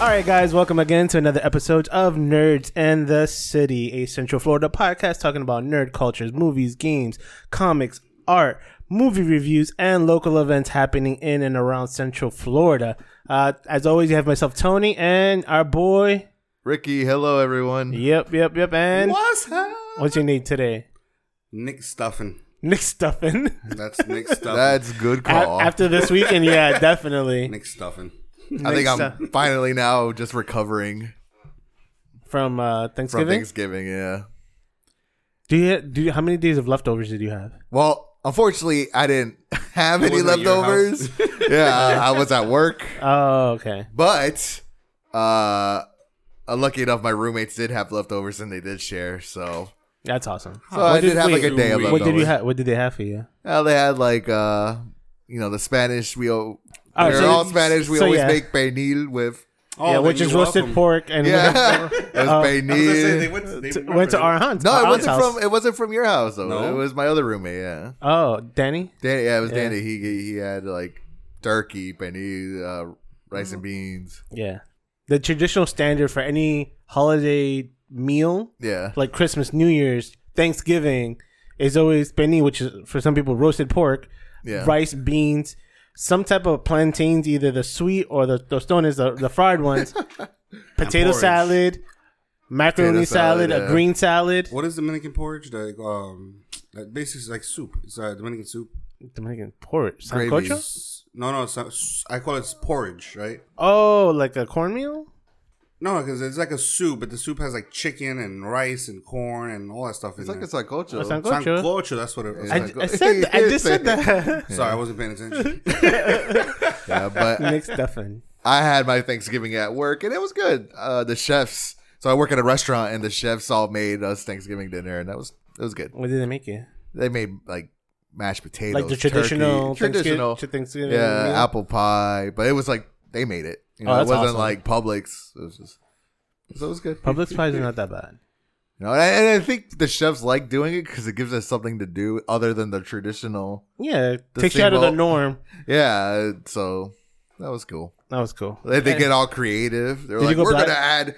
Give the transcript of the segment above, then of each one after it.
All right, guys, welcome again to another episode of Nerds and the City, a Central Florida podcast talking about nerd cultures, movies, games, comics, art, movie reviews, and local events happening in and around Central Florida. Uh, as always, you have myself, Tony, and our boy. Ricky, hello everyone. Yep, yep, yep. And What's up? what's your name today? Nick Stuffin. Nick Stuffin. That's Nick Stuffin. That's good A- call. after this weekend, yeah, definitely. Nick Stuffin. I think Nick I'm Stu- finally now just recovering From uh, from Thanksgiving. Thanksgiving. Yeah. do you do you, how many days of leftovers did you have? Well, unfortunately, I didn't have any wasn't at your leftovers. yeah, I was at work, Oh, okay. but uh, uh, lucky enough, my roommates did have leftovers and they did share. So, That's awesome. so I did, Oh, did- have wait, like a day of wait, leftovers. What did you have? What did they have for you? Uh, they had like uh, you know, the Spanish. We all Oh, we're so- all Spanish. We so always yeah. make pernil with Oh, yeah, then which you're is roasted welcome. pork and yeah. went it was I was gonna say, they pernil. went to, they to- went to our aunt's. No, our it aunt's wasn't house. from it wasn't from your house though. No? It was my other roommate. Yeah, Oh, Danny. Danny, yeah, it was Yeah. Danny. He he he had like turkey, penne, uh, rice Oh. and beans. Yeah, the traditional standard for any holiday meal, Yeah, like Christmas, New Year's, Thanksgiving, is always penny, which is for some people roasted pork, yeah. rice, beans, some type of plantains, either the sweet or the tostones, the, the fried ones, potato porridge. salad, macaroni Potato salad, salad, a yeah. green salad. What is Dominican porridge? Like, um, that basically is like soup. It's uh, Dominican soup. Dominican porridge, Gravy. sancocho. S- No, no, it's not, s- I call it porridge, right? Oh, like a cornmeal. No, because it's like a soup, but the soup has like chicken and rice and corn and all that stuff in It's like there. a sancocho. A sancocho. Sancocho, that's what it is. I, Sancocho. I said I just said that. Sorry, I wasn't paying attention. Yeah, but Nick Stefan. I had my Thanksgiving at work and it was good. Uh, the chefs. So I work at a restaurant and the chefs all made us Thanksgiving dinner and that was it was good. What did they make you? They made like mashed potatoes, Like the traditional turkey, Thanksgiving- traditional, to Thanksgiving yeah, meal? apple pie. But it was like they made it. You know, Oh, it that's wasn't awesome. like Publix. It was just so it was good. Publix pies are not that bad. You know, and, I, and I think the chefs like doing it because it gives us something to do other than the traditional. Yeah, it The takes you out of the single- norm. Yeah, so that was cool. That was cool. They, they get all creative. They're Did you like, go we're black- gonna add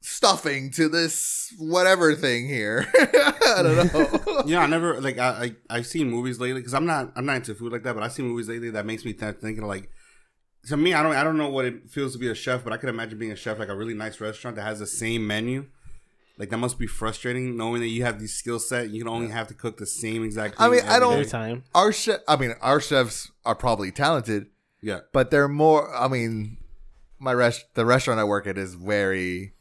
stuffing to this whatever thing here. I don't know. Yeah, I never like I, I I've seen movies lately because I'm not I'm not into food like that, but I've seen movies lately that makes me th- thinking like to me I don't I don't know what it feels to be a chef, but I could imagine being a chef like a really nice restaurant that has the same menu. Like that must be frustrating knowing that you have these skill set you can only have to cook the same exact. I thing mean, I every don't- Every day. time. our chef. I mean, our chefs are probably talented, Yeah, but they're more. I mean, my rest the restaurant I work at is very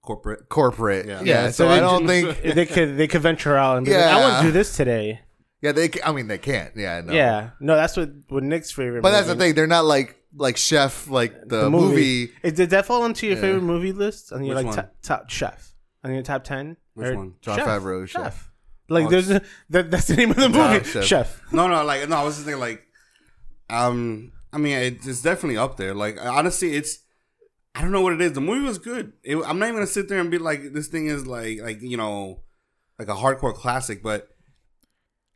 corporate. corporate. Yeah, Yeah. so, I don't think. they could they could venture out and be like, I Yeah. want to do this today. Yeah, they. ca- I mean, they can't. Yeah, no. Yeah, no, that's what what Nick's favorite. But that's the movie- thing; they're not like like Chef, like the, movie. Is- did that fall into your favorite movie list on your Which like one? top, top chef on your top ten? Which one? John Favreau, Chef. Like there's a, that, that's the name of the movie. Chef. Chef. No, no, like no, I was just thinking like, um, I mean, it, it's definitely up there. Like honestly, it's I don't know what it is. The movie was good. It, I'm not even gonna sit there and be like, this thing is like like you know, like a hardcore classic, but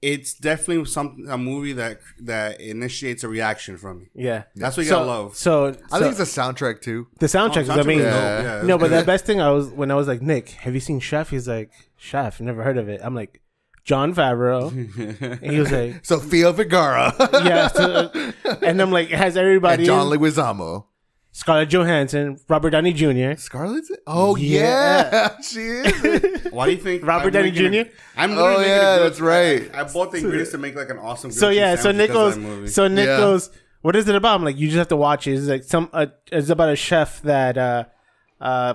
it's definitely some a movie that that initiates a reaction from me. Yeah. That's what you so, gotta love. So, I so- think it's a soundtrack too. The soundtrack is Oh, soundtrack amazing. was Yeah. dope. Yeah, it No, was but good. the best thing I was when I was like, Nick, have you seen Chef? He's like, Chef, never heard of it. I'm like, John Favreau. and he was like, Sofia Vergara Yeah. so- and I'm like, it has everybody. and John John Leguizamo. Scarlett Johansson, Robert Downey Jr. Scarlett's. Oh yeah, Yeah. she is. Why do you think Robert I'm really Downey gonna- Jr.? I'm Oh, literally making a yeah, grilled- that's right. I, I bought the ingredients to make like an awesome. So grilled cheese yeah, so sandwich Nick because of that movie. goes. So Nick Yeah. goes. What is it about? I'm like, you just have to watch it. It's like some. Uh, it's about a chef that uh, uh,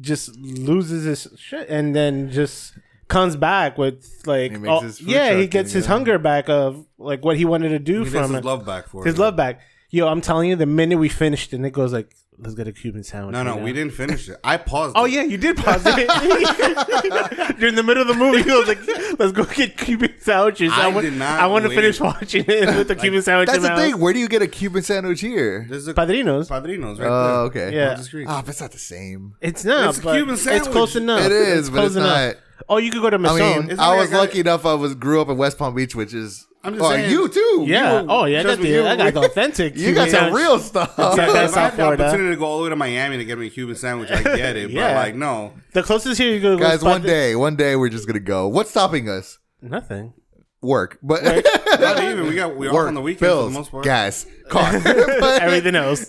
just loses his shit and then just comes back with like, He makes all- his food yeah, he truck gets and, his yeah. hunger back of like what he wanted to do he gets from his it. love back for his it. love back. Yo, I'm telling you, the minute we finished, it, Nick goes like, "Let's get a Cuban sandwich." No, right no, now." we didn't finish it. I paused. Oh it. yeah, you did pause it during the middle of the movie. He was like, "Let's go get Cuban sandwiches." I want, did not I want to wait. finish watching it with the Cuban sandwich. That's in the my thing. house. Where do you get a Cuban sandwich here? There's a Padrinos. Padrinos right there. Oh, okay. Yeah. On the screen. Ah, but it's not the same. It's not. It's a but Cuban It's sandwich. close enough. It is, but close it's not. enough. Oh, you could go to I Maison. mean, It's I like I was got- lucky enough. I was grew up in West Palm Beach, which is I'm just Oh, saying. you too. Yeah. You were- oh yeah, that, trust me, dude, you that were- guy's authentic. You got Cuban some real sandwich. stuff. Yeah, If that's I had South the Florida. opportunity to go all the way to Miami to get me a Cuban sandwich, I get it. Yeah. But like, no, The closest here you go, Guys, one day, one day we're just gonna go. What's stopping us? nothing. Work, but not even. We got we off work, on the weekends for bills, the most part. gas, car. But- Everything else,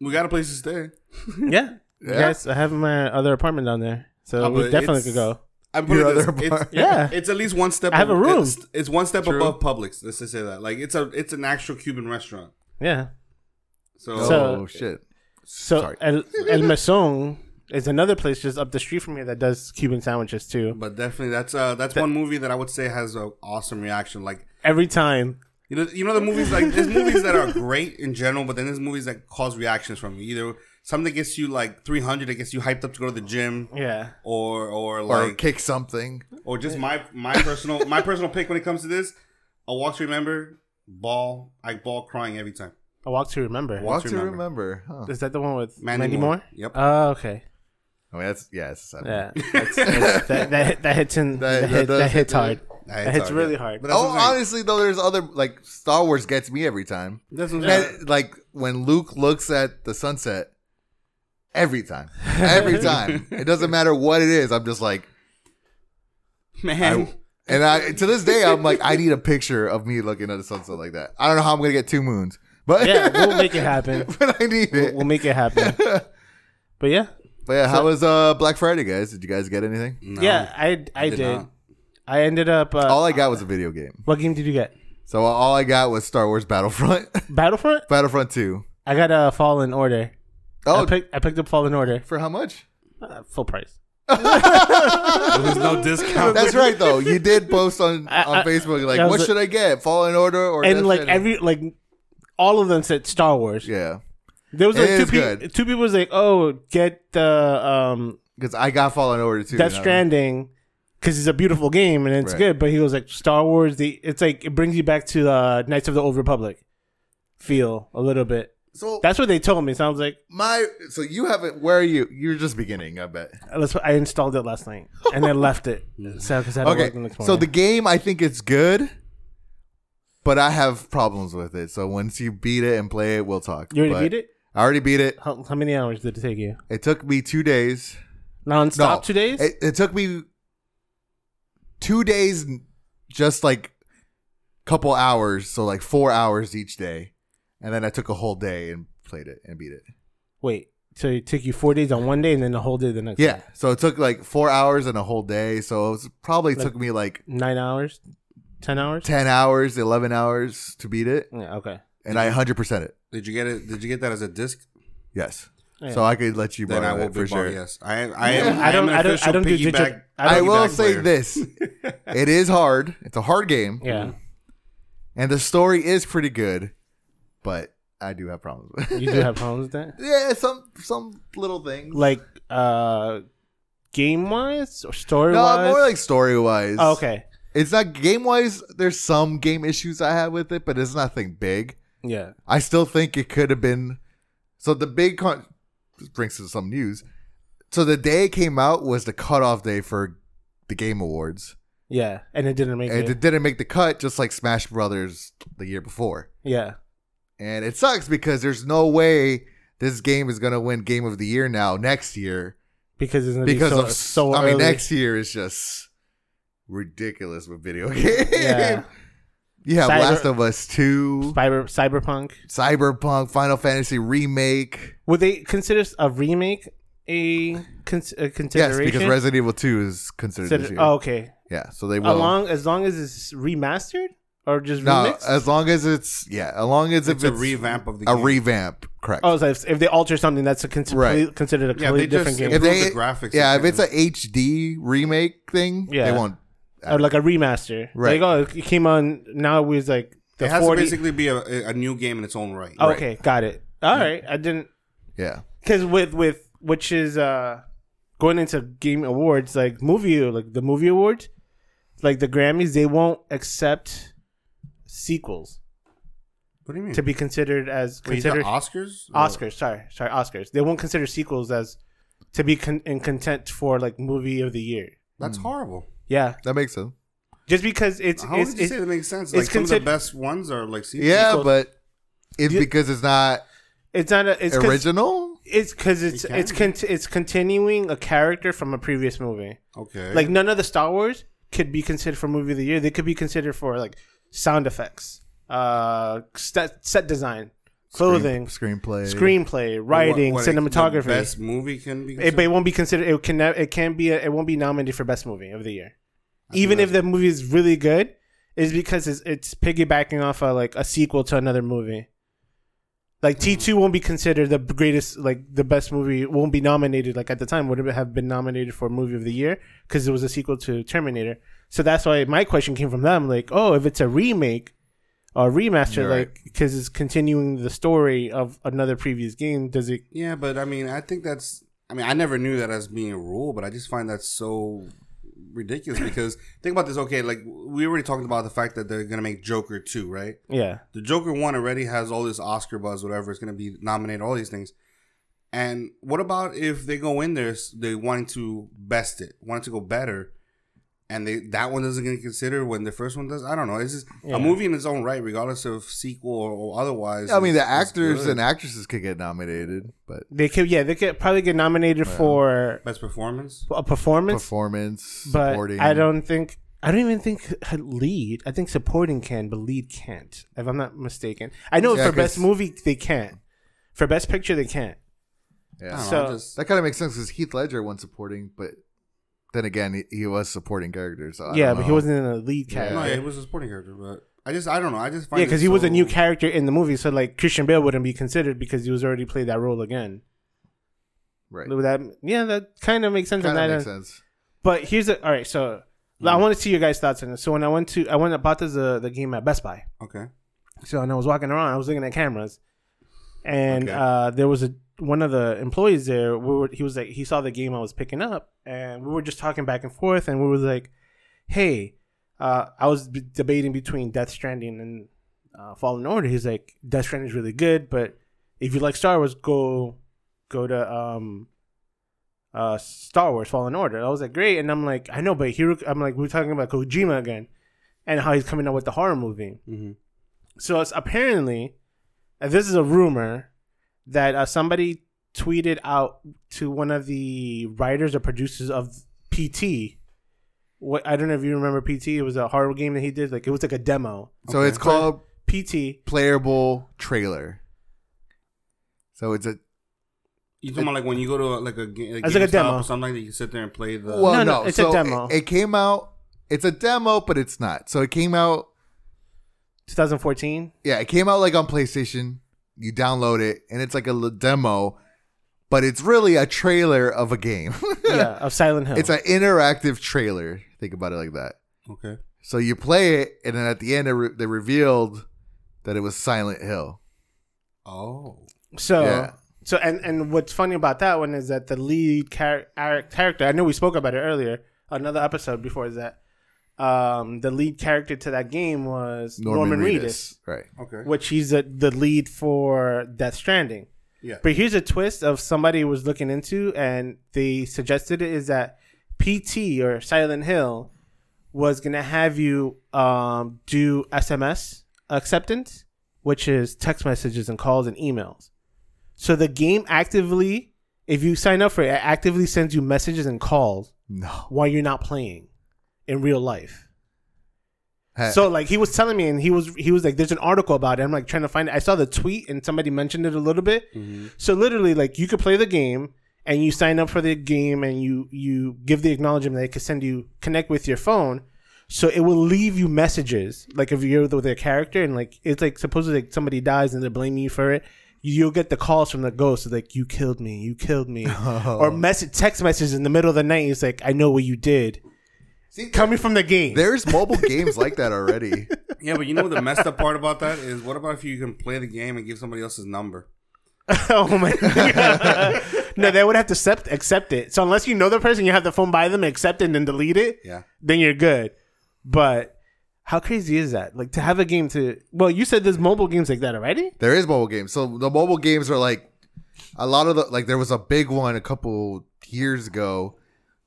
We got a place to stay. yeah. Yes, I have my other apartment down there, so Oh, we but definitely it's- could go. I put it Your this- other it's, part. Yeah. it's at least one step. I have a ab- room. It's, it's one step True. above Publix. Let's just say that. Like it's a it's an actual Cuban restaurant. Yeah. So, oh So- shit! So Sorry. El, El Mesón is another place just up the street from here that does Cuban sandwiches too. but definitely that's uh that's one movie that I would say has an awesome reaction. Like Every time, you know you know the movies like there's movies that are great in general, but then there's movies that cause reactions from you. Either something that gets you like 300, that gets you hyped up to go to the gym. yeah. Or or Or like kick something. or just my my personal my personal pick when it comes to this, a walk to remember, ball, I ball crying every time. A Walk to Remember. Walk to remember. remember. Huh. Is that the one with Mandy Mandy, Moore. Moore? Yep. Oh, okay. I mean, that's yeah. It's a Yeah. That's, that's, that, that, hit- that hits in, That- that, that hit, does that hit hits hard. That That hits really hard. But that's Oh, what I'm saying. honestly, though, there's other like Star Wars gets me every time. That's what I'm saying. Oh, That- like when Luke looks at the sunset, every time, every time. it doesn't matter what it is. I'm just like, man. and I to this day, I'm like, I need a picture of me looking at the sunset like that. I don't know how I'm gonna get two moons, but Yeah, we'll make it happen. but I need We'll, it. we'll make it happen. But yeah, But yeah, how was uh Black Friday, guys? Did you guys get anything? No, yeah, I I, did did. not. I ended up. Uh, All I got was a video game. what game did you get? So all I got was Star Wars Battlefront, Battlefront. Battlefront Two. I got a uh, Fallen Order. I Oh, picked I picked up Fallen Order for how much? uh, full price. there was no discount. That's right, though. You did post on, I- on I- Facebook like, that was "What a- should I get? Fallen Order or Death and like Stranding?" every like all of them said Star Wars. yeah." There was It like two is people. good. Two people was like, "Oh, get the um, Because I got Fallen Order too. Death now. Stranding because it's a beautiful game and it's Right. good." But he was like, "Star Wars." The it's like it brings you back to the Knights of the Old Republic feel a little bit. So That's what they told me. So I was like, my so you haven't. Where are you? You're just beginning. I bet. Let's, I installed it last night and then left it. So because I had to Okay. work the next morning. so the game, I think it's good, but I have problems with it. So once you beat it and play it, we'll talk. you already But beat it. I already beat it. How, how many hours did it take you? It took me two days. Nonstop, two days. It, it took me two days, just like couple hours, so like four hours each day, and then I took a whole day and played it and beat it. Wait, so it took you four days on one day and then the whole day the next. Yeah, day. so it took like four hours and a whole day, so it was, probably took me like nine hours, ten hours. ten hours, eleven hours to beat it, Yeah, okay. and I hundred percent it. Did you get it? Did you get that as a disc? Yes, Oh, Yeah. so I could let you Then borrow I will it for be sure. sure. Yes, I am. I am. I don't. am an I don't. I official don't do piggyback. digital. I I don't. will Piggyback say player. this: it is hard. It's a hard game. yeah, and the story is pretty good, but I do have problems with it. you do have problems with that. yeah, some some little things. Like, uh, game wise or story no, wise. more like story wise. oh, okay. it's not game wise. There's some game issues I have with it, but it's nothing big. Yeah. I still think it could have been. So the big con this brings us some news. So the day it came out was the cutoff day for the Game Awards, Yeah, and it didn't make and it. it didn't make the cut, just like Smash Brothers the year before. yeah. And it sucks because there's no way this game is going to win game of the year now next year Because it's gonna because be so, of so I early. mean next year is just ridiculous with video games. Yeah. You have Cyber- Last of Us 2, Cyber, cyberpunk. Cyberpunk, Final Fantasy remake. Would they consider a remake a, cons- a Yes, consideration? because Resident Evil 2 is considered this Consider- year. oh, okay. Yeah, so they will. Along as long as it's remastered or just no, remixed. as long as it's yeah, as long as It's if a it's revamp of the a game. revamp, correct? oh, so if, if they alter something, that's a cons- Right. considered a Yeah, completely they different just- game if Improve they the graphics yeah, and if it's a HD remake thing, Yeah. they won't. or like a remaster. Right. Like oh, it came on. Now it was like the it has to 40. basically be a, a new game in its own right. Oh, okay, got it. All right, I didn't Yeah, because with with which is uh going into game awards like movie like the movie awards like the grammys they won't accept sequels What do you mean? to be considered as Wait, you said considered Oscars? Oh, oscars sorry sorry oscars they won't consider sequels as to be con- in content for like movie of the year Hmm. That's horrible. yeah that makes sense. Just because it's How it's, would you it's say that makes sense? it's Like some of consid- the best ones are like sequels. Yeah, Sequels. but it's You- because it's not it's not a, it's 'cause- original. It's because it's It can it's be. con- it's continuing a character from a previous movie. Okay. Like none of the Star Wars could be considered for movie of the year. They could be considered for like sound effects, uh, set, set design, clothing, Screen- screenplay, screenplay, writing, What- what, like, cinematography. The best movie can be. it, but it won't be considered. It can. It can be. it won't be nominated for best movie of the year, even if the movie is really good. Is because it's, it's piggybacking off a, like a sequel to another movie. Like T Mm. two won't be considered the greatest, like the best movie. Won't be nominated. Like at the time, would it have been nominated for movie of the year because it was a sequel to Terminator. So that's why my question came from them. Like, oh, if it's a remake or remaster, You're right. like because it's continuing the story of another previous game, does it Yeah, but I mean, I think that's. I mean, I never knew that as being a rule, but I just find that so ridiculous because think about this. Okay, like we already talked about the fact that they're gonna make Joker two, right? Yeah. The Joker one already has all this Oscar buzz, whatever. It's gonna be nominated, all these things. And what about if they go in there, s- they wanted to best it, wanted to go better, and they that one doesn't get considered when the first one does? I don't know. It's just Yeah. a movie in its own right, regardless of sequel or, or otherwise. I mean, the is- is actors good. and actresses could get nominated, but They could, yeah, they could probably get nominated for best performance. a performance, performance, but supporting. I don't think, I don't even think lead. I think supporting can, but lead can't. If I'm not mistaken, I know Yeah, for best 'cause- movie they can't, for best picture they can't. I don't Yeah. know, So- I'm just- That kind of makes sense because Heath Ledger won supporting, but then again, he, he was supporting character. So I yeah, don't but he know. wasn't in a lead Yeah. No, character. yeah, Yeah, he was a supporting character, but I just I don't know. I just find because it he was a so- new character in the movie, so like Christian Bale wouldn't be considered because he was already played that role again. right. Would That yeah, that kind of makes sense. on Kind that of makes end. sense. Mm. But here's the all right. So I want to see your guys' thoughts on this. So when I went to, I went and bought this uh, the game at Best Buy. Okay. So and I was walking around, I was looking at cameras, and Okay. uh, there was a one of the employees there. We were, he was like, he saw the game I was picking up, and we were just talking back and forth, and we were like, "Hey," uh, I was b- debating between Death Stranding and uh, Fallen Order. He's like, "Death Stranding is really good, but if you like Star Wars, go go to um." Uh, Star Wars Fallen Order. I was like, great, and I'm like, I know, but here I'm like, we're talking about Kojima again, and how he's coming out with the horror movie. Mm-hmm. So it's apparently, and this is a rumor, that uh, somebody tweeted out to one of the writers or producers of PT. What I don't know if you remember PT. It was a horror game that he did. Like it was like a demo. So Okay. it's called PT. playable trailer. So Uh, it's a You talking about like when you go to like a, ga- It's like a GameStop demo. or something that you sit there and play the. well, No, no, no, it's a so demo. It, it came out. It's a demo, but it's not. So it came out. 2014. Yeah, it came out like on PlayStation. You download it, and it's like a l- demo, but it's really a trailer of a game. Yeah, of Silent Hill. It's an interactive trailer. Think about it like that. okay. So you play it, and then at the end, it re- they revealed that it was Silent Hill. Oh. So Yeah. so and and what's funny about that one is that the lead char- ar- character I know we spoke about it earlier another episode before is that um the lead character to that game was Norman, Reedus. Right. Okay. which he's the, the lead for Death Stranding. Yeah. But here's a twist of somebody was looking into and they suggested it is that PT or Silent Hill was gonna have you um, do SMS acceptance, which is text messages and calls and emails. So the game actively, if you sign up for it, it actively sends you messages and calls No. while you're not playing in real life. Ha- So like he was telling me, and he was he was like, "There's an article about it." I'm like trying to find it. I saw the tweet, and somebody mentioned it a little bit. So literally, like you could play the game, and you sign up for the game, and you you give the acknowledgement that it could send you connect with your phone. So it will leave you messages, like if you're with their character, and like it's like supposedly like somebody dies and they're blaming you for it. You'll get the calls from the ghost, like you killed me, you killed me, or message text messages in the middle of the night. It's like I know what you did, See, coming from the game. there's mobile games like that already. Yeah, but you know what the messed up part about that is? What about if you can play the game and give somebody else's number? Oh my god. no, they would have to accept accept it. So unless you know the person, you have the phone by them, accept it, and then delete it. Yeah. Then you're good. But how crazy is that? Like to have a game to well, you said there's mobile games like that already. There is mobile games. So the mobile games are like a lot of the like there was a big one a couple years ago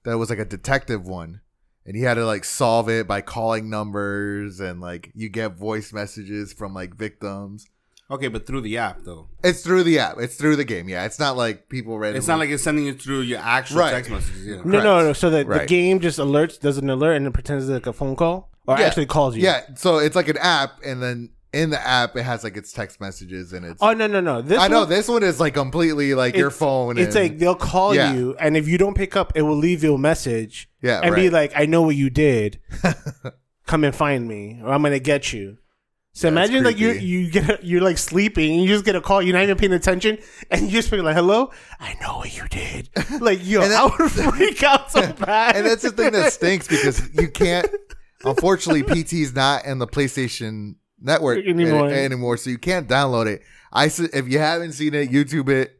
that was like a detective one. and he had to like solve it by calling numbers and like you get voice messages from like victims. Okay, but through the app though. It's through the app. It's through the game. Yeah, it's not like people randomly. It's not like it's sending you through your actual Right. text messages. Yeah. Correct. No, no, no. So the, the Right. game just alerts, does an alert, and it pretends it's like a phone call, or Yeah. actually calls you. Yeah, so it's like an app, and then in the app it has like its text messages and it's. Oh no, no, no. This I know one- this one is like completely like your it's- phone. It's and, like they'll call Yeah. you, and if you don't pick up, it will leave you a message. Yeah, and be right. like, "I know what you did. Come and find me, or I'm gonna get you." So Yeah, it's imagine like you creepy. you get you're like sleeping, and you just get a call. You're not even paying attention, and you just be like, "Hello, I know what you did." Like yo, And I that- would freak out so bad. and that's the thing that stinks because you can't. Unfortunately, PT is not in the PlayStation Network a- Anymore. anymore. so you can't download it. I su- if you haven't seen it, YouTube it.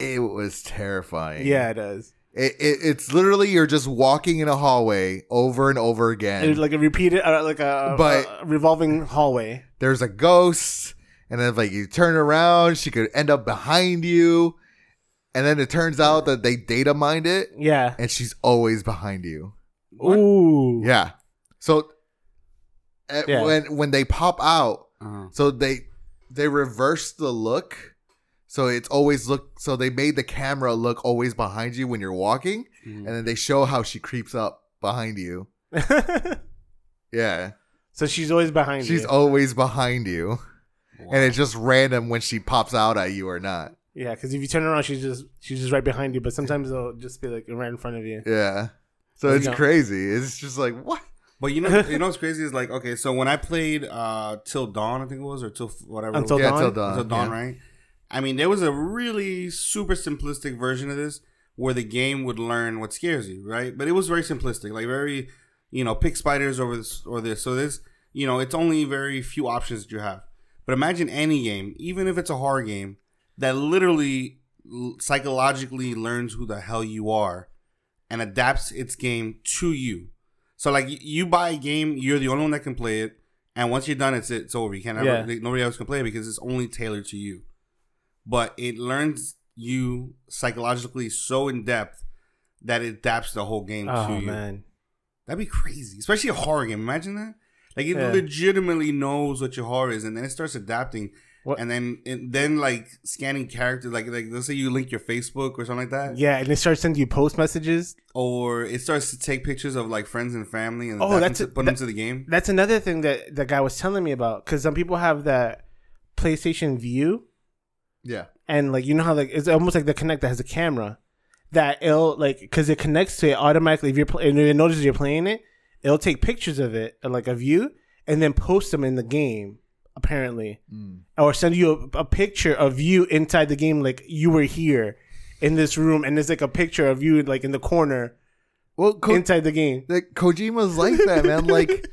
It was terrifying. yeah, it does. it, it it's literally you're just walking in a hallway over and over again. It's like a repeated, uh, like a, But- a revolving hallway. there's a ghost and then if, like you turn around she could end up behind you and then it turns out that they data mined it Yeah. and she's always behind you What? Ooh. yeah so uh, Yeah. when when they pop out Uh-huh. so they they reverse the look so it's always look so they made the camera look always behind you when you're walking Mm-hmm. and then they show how she creeps up behind you yeah so she's always behind she's you. always behind you Wow. and it's just random when she pops out at you or not Yeah, because if you turn around, she's just she's just right behind you. But sometimes they'll just be like right in front of you. Yeah. So There you it's go. crazy. It's just like what? But you know, you know what's crazy is like okay, so when I played uh Till Dawn, I think it was, or Till whatever, it Until was. yeah, Dawn? till dawn. Until Dawn, yeah. right? I mean, there was a really super simplistic version of this where the game would learn what scares you, right? But it was very simplistic, like very, you know, pick spiders over this or this. So this, you know, it's only very few options that you have. But imagine any game, even if it's a horror game, that literally l- psychologically learns who the hell you are and adapts its game to you. So like y- you buy a game, you're the only one that can play it, and once you're done, it's it's over. You can't ever, Yeah. like, nobody else can play it because it's only tailored to you. But it learns you psychologically so in depth that it adapts the whole game to Oh you. man, That'd be crazy, especially a horror game. Imagine that. Like it Yeah. legitimately knows what your horror is, and then it starts adapting, What- and then and then like scanning characters. Like like let's say you link your Facebook or something like that, yeah, and they start sending you post messages. or it starts to take pictures of like friends and family and Oh, adapt that's them a- to, put that- them to the game. That's another thing that the guy was telling me about. Because some people have that PlayStation View, Yeah. and like you know how like it's almost like the Connect that has a camera that it'll like because it connects to it automatically. If you're pl- and it notices you're playing it, it'll take pictures of it uh, like a view and then post them in the game. Apparently, Mm. or send you a, a picture of you inside the game, like you were here in this room, and there's like a picture of you like in the corner Well, Ko- inside the game. like, Kojima's like that, man. Like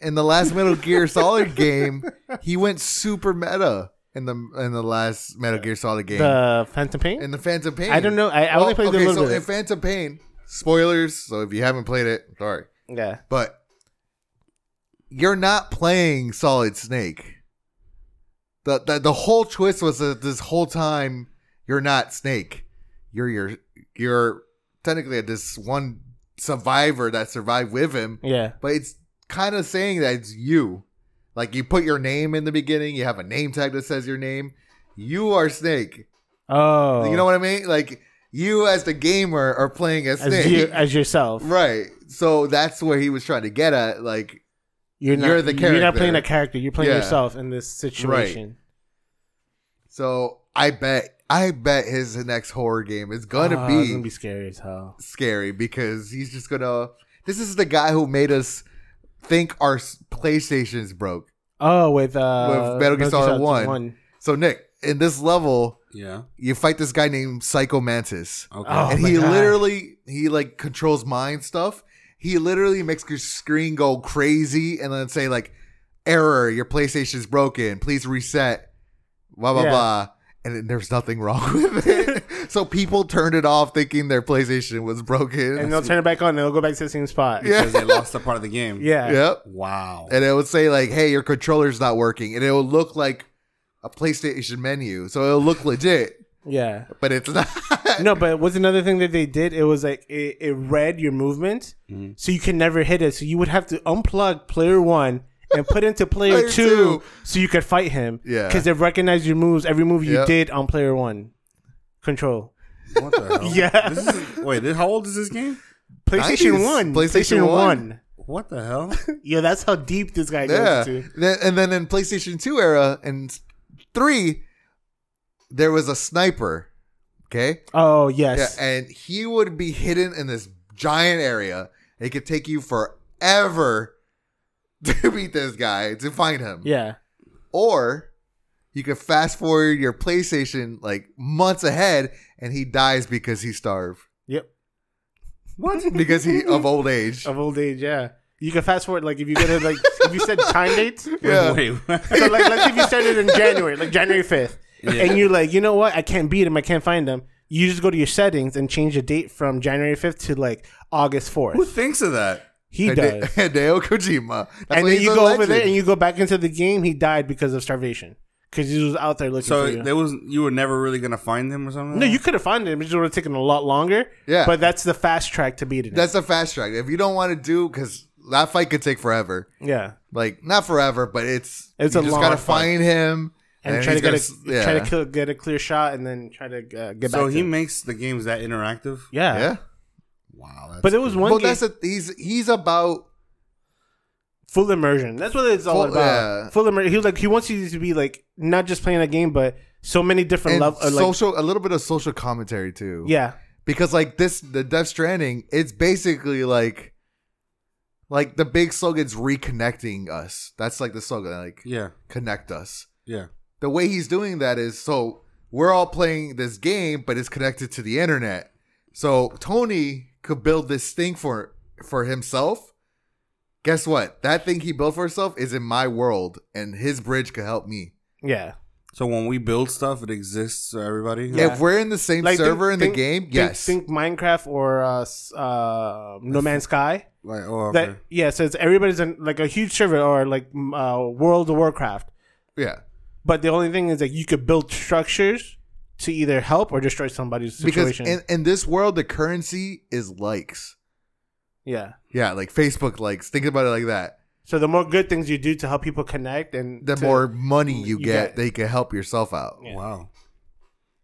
in the last Metal Gear Solid game, he went super meta in the in the last Metal Gear Solid game. The Phantom Pain. in the Phantom Pain. I don't know. I- I only played a okay, little so bit. in Phantom Pain, spoilers. So if you haven't played it, sorry, yeah. but you're not playing Solid Snake. The, the the whole twist was that this whole time you're not Snake. You're you're you're technically this one survivor that survived with him, Yeah. but it's kind of saying that it's you. Like you put your name in the beginning, you have a name tag that says your name. You are Snake. Oh. You know what I mean? Like you as the gamer are playing as As Snake. you as yourself. right. So that's where he was trying to get at like You're not. You're You're the not character. playing a character. You're playing Yeah. yourself in this situation. So I bet I bet his next horror game is gonna Ah, it's be, gonna be scary as hell. scary because he's just gonna. This is the guy who made us think our s- PlayStation's broke. Oh, with uh, With Metal Gear Solid 1. So Nick, in this level, Yeah. you fight this guy named Psycho Mantis, Okay. Oh. and my he God. literally he like controls mind stuff. He literally makes your screen go crazy and then say like, "Error, your PlayStation's broken. Please reset." Blah blah Yeah. blah. And then there's nothing wrong with it. so people turned it off thinking their PlayStation was broken. And they'll turn it back on. and They'll go back to the same spot. Yeah. Because they lost a part of the game. Yeah. yep. Wow. And it would say like, "Hey, your controller's not working," and it will look like a PlayStation menu. So it'll look legit. Yeah. but it's not. No, but what's another thing that they did? It was like it, it read your movement, Mm-hmm. so you can never hit it. So you would have to unplug player one and put into player, Player two, two. so you could fight him. Yeah. because it recognized your moves, every move you Yep. did on player one. Control What the hell? Yeah. This is, wait, this, how old is this game? PlayStation Nice. One. PlayStation One. What the hell? Yo, that's how deep this guy yeah. goes to. Then- And then in PlayStation 2 era and 3, there was a sniper. Okay. Oh Yeah. yes. And he would be hidden in this giant area. It could take you forever to beat this guy, to find him. Yeah. Or you could fast forward your PlayStation like months ahead and he dies because he starved. Yep. What? Because he of old age. Of old age. Yeah. You can fast forward like if you go to like if you said time dates. Yeah. Wait, what? So like, let's say if you started in January, like January fifth, and you're like, you know what, I can't beat him, I can't find him. You just go to your settings and change the date from January fifth to like August Who fourth. thinks of that? He does, Hideo Kojima. That's and why then he's you a go over there legend. and you go back into the game. He died because of starvation because he was out there looking So for you. there was you were never really gonna find him or something? no, you could have found him. It just would have taken a lot longer. Yeah. but that's the fast track to beating. That's That's a fast track. If you don't want to do, because that fight could take forever. yeah, Like not forever, but it's It's you a just long gotta fight. find him and, then try to he's get a gonna s- try to yeah. kill, get a clear shot and then try to uh, get back. So to he him. makes the games that interactive. yeah, Yeah, Wow. That's but there was one but game, that's a, he's he's about full immersion. That's what it's all Full- about. yeah. Full immersion. He was like he wants you to be like not just playing a game, but so many different and levels. uh, Like, social a little bit of social commentary too. yeah, because like this, the Death Stranding, it's basically like like the big slogan's reconnecting us. That's like the slogan, like yeah, connect us. yeah. the way he's doing that is so we're all playing this game, but it's connected to the internet. So Tony could build this thing for for himself. Guess what? That thing he built for himself is in my world, and his bridge could help me. yeah. So when we build stuff, it exists for everybody. If we're in the same Like server think- in think- the game, think- yes, Think Minecraft or uh, s- uh, No Man's Sky. Like oh, okay. That yeah, so it's everybody's in like a huge server or like m- uh, World of Warcraft. yeah, But the only thing is that you could build structures to either help or destroy somebody's because situation. in, in this world, the currency is likes. yeah. Yeah, like Facebook likes. Think about it like that. So the more good things you do to help people connect and The to- more money you, you get, get- they can help yourself out. Wow.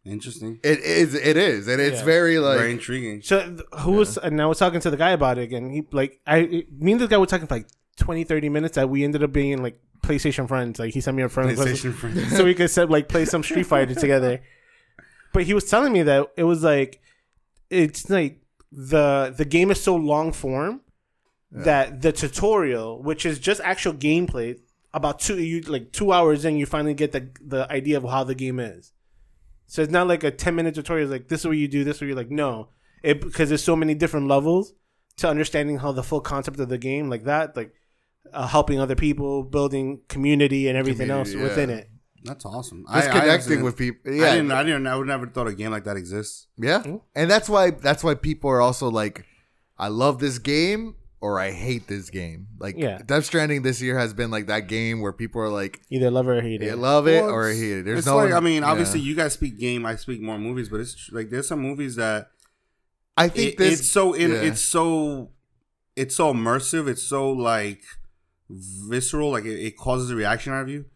Interesting. It is. It is, and it's Yeah. very like Very intriguing. So th- who was and I was talking to the guy about it again. He like I me and this guy were talking for like 20, 30 minutes that we ended up being like PlayStation friends. Like he sent me a friend request PlayStation friends. so we could set, like play some Street Fighter together. But he was telling me that it was like it's like the the game is so long form that the tutorial, which is just actual gameplay, about two you like two hours in, you finally get the the idea of how the game is. So it's not like a ten minute tutorial. It's like this is what you do, this is what you like. No, it because there's so many different levels to understanding how the full concept of the game, like that, like uh, helping other people, building community and everything else Community, within yeah. it. That's awesome. It's connecting I with people. Yeah, I Yeah, didn't. I didn't. I would never thought a game like that exists. yeah, and that's why that's why people are also like, I love this game or I hate this game. Like, Yeah. Death Stranding this year has been like that game where people are like, Either love or hate I it. love it Well, or I it's- hate it. There's it's no. like, one- I mean, obviously, yeah. you guys speak game. I speak more movies, but it's tr- like there's some movies that I it, think this. it's so in, yeah. it's so it's so immersive. It's so like visceral. Like it, it causes a reaction out of you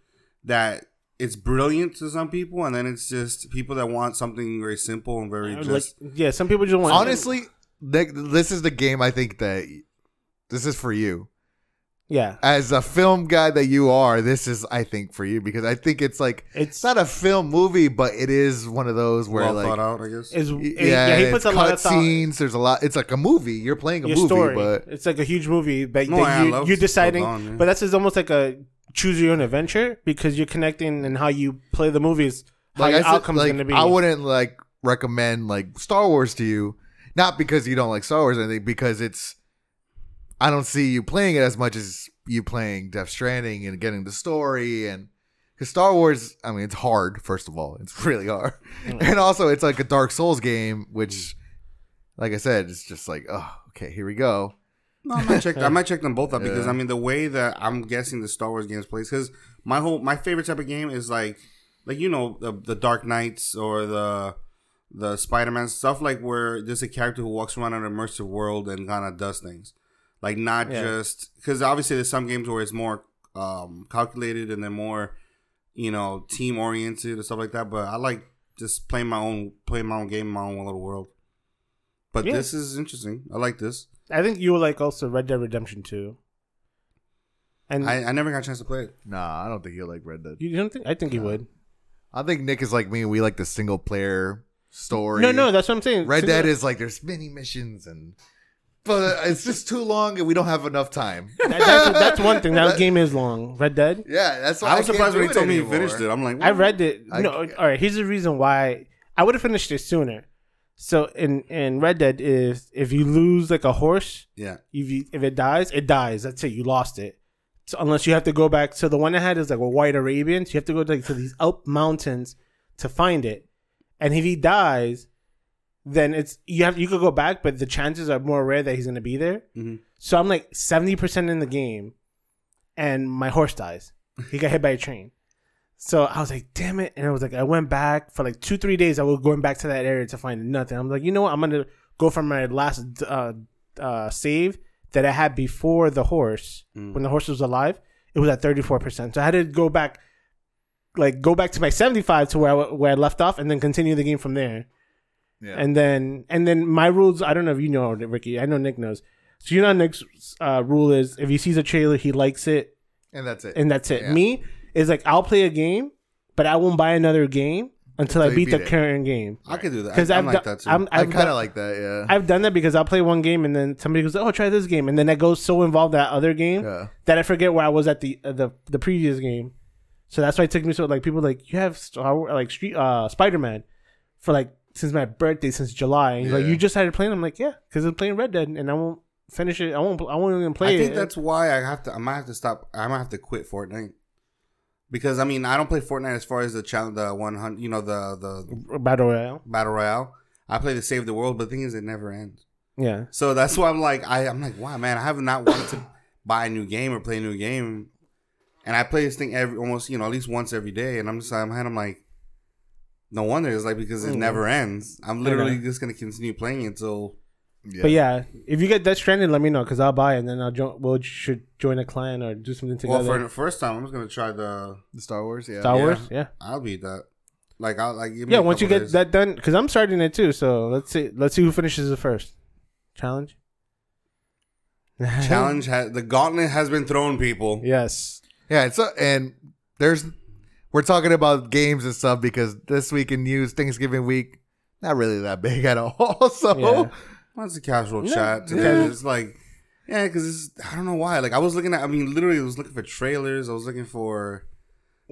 that it's brilliant to some people, and then it's just people that want something very simple and very Like, just. yeah, some people just want honestly, th- this is the game I think that this is for you. Yeah, As a film guy that you are, this is I think for you because I think it's like it's it's not a film movie, but it is one of those where well like thought out, I guess. is Y- yeah, yeah. He it's puts a lot of thought. scenes. There's a lot. It's like a movie. You're playing a your movie, story. but It's like a huge movie, but No, that I you, love you're deciding. Stallone, yeah. But that's is almost like a choose your own adventure because you're connecting and how you play the movies, how like your I said, outcome's like, going to be. I wouldn't like recommend like Star Wars to you, not because you don't like Star Wars or anything, because it's I don't see you playing it as much as you playing Death Stranding and getting the story and because Star Wars, I mean, it's hard. First of all, it's really hard, Mm. and also it's like a Dark Souls game, which, like I said, it's just like oh, okay, here we go. No, I might check. I might check them both out because Yeah. I mean the way that I'm guessing the Star Wars games plays because my whole my favorite type of game is like like like you know the, the Dark Knights or the the Spider Man stuff, like where there's a character who walks around in an immersive world and kind of does things, like not Yeah. just because obviously there's some games where it's more um, calculated and they're more you know team oriented and stuff like that. But I like just playing my own playing my own game, in my own little world. But Yeah. this is interesting. I like this. I think you will like also Red Dead Redemption 2. And I, I never got a chance to play it. Nah, I don't think he'll like Red Dead. you don't think? I think you would. I think Nick is like me. We like the single player story. No, no, that's what I'm saying. Red Single- Dead is like there's many missions and, but it's just too long and we don't have enough time. That- that's, that's one thing. That game is long. Red Dead. Yeah, that's why I was can't surprised do when he told me he anymore. finished it. I'm like, I read it. I- no, all right. Here's the reason why I would have finished it sooner. So in in Red Dead is if you lose like a horse, Yeah, if you, if it dies, it dies. That's it. You lost it. So unless you have to go back. So the one I had is like a white Arabian. So you have to go like to these up mountains to find it. And if he dies, then it's you have you could go back, but the chances are more rare that he's going to be there. Mhm. So I'm like seventy percent in the game, and my horse dies. He got hit by a train. So I was like, damn it. And I was like, I went back for like two, three days. I was going back to that area to find nothing. I'm like, you know what? I'm going to go from my last uh, uh, save that I had before the horse, when the horse was alive. It was at 34%. So I had to go back, like, go back to my 75 to where I, wa- where I left off and then continue the game from there. Yeah. And then, and then my rules, I don't know if you know, Ricky. I know Nick knows. So you know, Nick's uh, rule is if he sees a trailer, he likes it, and that's it. and that's it. Yeah. Me is like I'll play a game, but I won't buy another game until, Until I you beat, the beat it. current game. I could do that. Because I, I've am done, like that too. I'm, I I've, kind done, of like that. Yeah. I've done that because I'll play one game and then somebody goes, "Oh, try this game," and then I go so involved that other game Yeah. that I forget where I was at the uh, the the previous game. So that's why it took me so like people like you have Star Wars, like Street uh, Spider Man for like since my birthday since July. And he's Like Yeah. you just started playing. I'm like yeah, because I'm playing Red Dead and I won't finish it. I won't. I won't even play I think it. that's why I have to. I might have to stop. I might have to quit Fortnite because I mean I don't play Fortnite as far as the challenge, the one hundred, you know, the the battle royale. battle royale. I play to save the world, but the thing is, it never ends. Yeah. So that's why I'm like, I, I'm like, wow, man, I have not wanted to buy a new game or play a new game, and I play this thing every almost, you know, at least once every day, and I'm just, I'm, I'm like, no wonder it's like because it Mm. never ends. I'm literally know. just gonna continue playing until. yeah. But yeah, if you get Death Stranded, let me know because I'll buy it and then I'll join. We'll should join a clan or do something Well, together. for the first time, I'm just gonna try the. The Star Wars. Yeah. Star yeah. Wars, yeah, I'll be that. Like I'll like give me yeah. a Once you couple get days. that done, because I'm starting it too. So let's see, let's see who finishes it first. Challenge. challenge has the gauntlet has been thrown, people. yes. Yeah. And so and there's we're talking about games and stuff because this week in news, Thanksgiving week, not really that big at all. So Yeah. That's a casual Yeah. chat. Today it's like, yeah, because I don't know why. Like I was looking at, I mean, literally, I was looking for trailers. I was looking for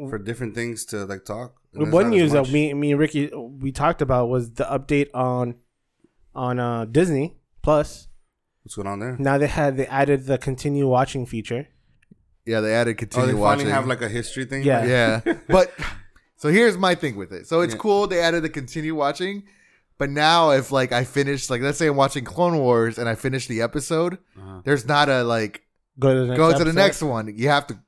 for different things to like talk. And there's One not as news that much. me, me and Ricky we talked about was the update on on uh, Disney Plus. what's going on there? Oh, Now they had they added the continue watching feature. yeah, they added Oh, continue they watching. finally have like a history thing. Yeah. Like, yeah. But so here's my thing with it. So it's Yeah. cool they added the continue watching, but now if like I finish like let's say I'm watching Clone Wars and I finish the episode, Uh-huh. there's not a like Go to the next go to the episode. next one. You have to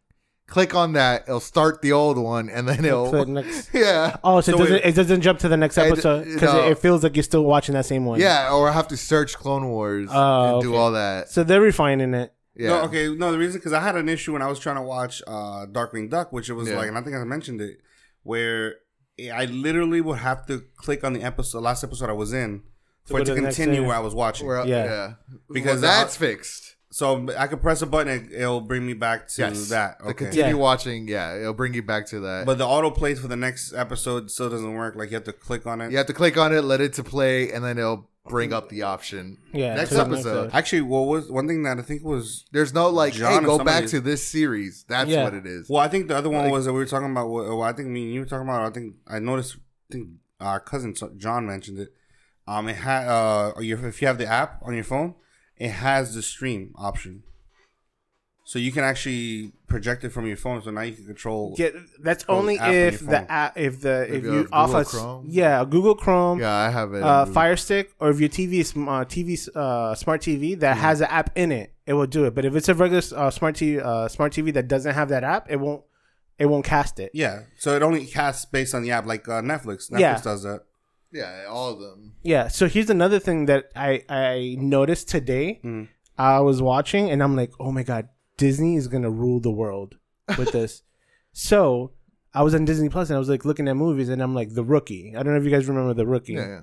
click on that. It'll start the old one and then it'll Click next. yeah. Oh, so, So it doesn't wait- it doesn't jump to the next I d- episode because no. it, it feels like you're still watching that same one. Yeah, or I have to search Clone Wars Oh, and do okay. all that. So they're refining it. Yeah. No, okay. No, the reason because I had an issue when I was trying to watch uh, Darkwing Duck, which it was Yeah. like, and I think I mentioned it, where I literally would have to click on the episode, last episode I was in, for go it to to the next continue area. where I was watching. Where- Yeah. uh, yeah. Because Because the- that's fixed. So I could press a button, it, it'll bring me back to that. The Okay. continue Yeah. watching, yeah, it'll bring you back to that. But the autoplay for the next episode still doesn't work. Like you have to click on it. you have to click on it, let it to play, and then it'll bring up the option. Yeah. Next to the episode. Actually, what was one thing that I think was There's no like, John hey, or go somebody- back to this series. That's Yeah. what it is. well, I think the other one was that we were talking about. Well, I think me and you were talking about. I think I noticed. I think our cousin so- John mentioned it. Um, it had uh, your, if you have the app on your phone, it has the stream option. So you can actually project it from your phone. So now you can control. Yeah, that's Oh, only app on your if phone. the app, if the if Maybe you a off Google a s- Chrome? yeah a Google Chrome, Yeah, I have it. uh, Fire Stick, or if your TV is, uh, TV 's, uh, smart TV that has an app in it, it will do it. But if it's a regular uh, smart TV uh, smart TV that doesn't have that app, it won't. It won't cast it. Yeah, so it only casts based on the app, like uh, Netflix. Netflix Yeah. does that. Yeah, all of them. Yeah. So here's another thing that I I noticed today. Mm. I was watching and I'm like, oh my god, Disney is gonna rule the world with this. so I was on Disney Plus and I was like looking at movies and I'm like, The Rookie. I don't know if you guys remember The Rookie. Yeah, yeah.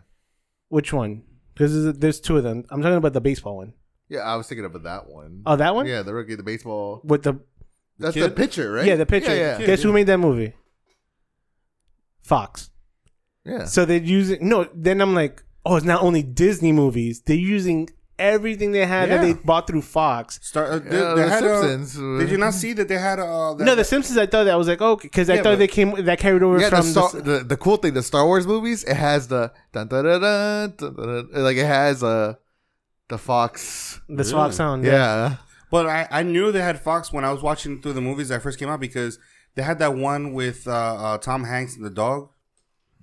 Which one? Because there's two of them. I'm talking about the baseball one. Yeah, I was thinking about that one. Oh, that one. Yeah, the rookie, the baseball. With the That's kid? the pitcher, right? yeah, the picture. Yeah, yeah. Guess who made that movie? Fox. yeah. So they're using no. Then I'm like, oh, it's not only Disney movies. They're using everything they had that they Yeah. bought through Fox. Start. Uh, they, Yeah, they The had a- Simpsons. did you not see that they had uh, that, no, The Simpsons. I thought that I was like, oh, because I Yeah, thought but- they came that carried over Yeah, the, from Star, the, the the cool thing, the Star Wars movies, it has the dun, dun, dun, dun, dun, dun, dun, like it has uh the fox. the Fox sound. Yeah, But I, I knew they had Fox when I was watching through the movies that first came out because they had that one with uh, uh, Tom Hanks and the dog.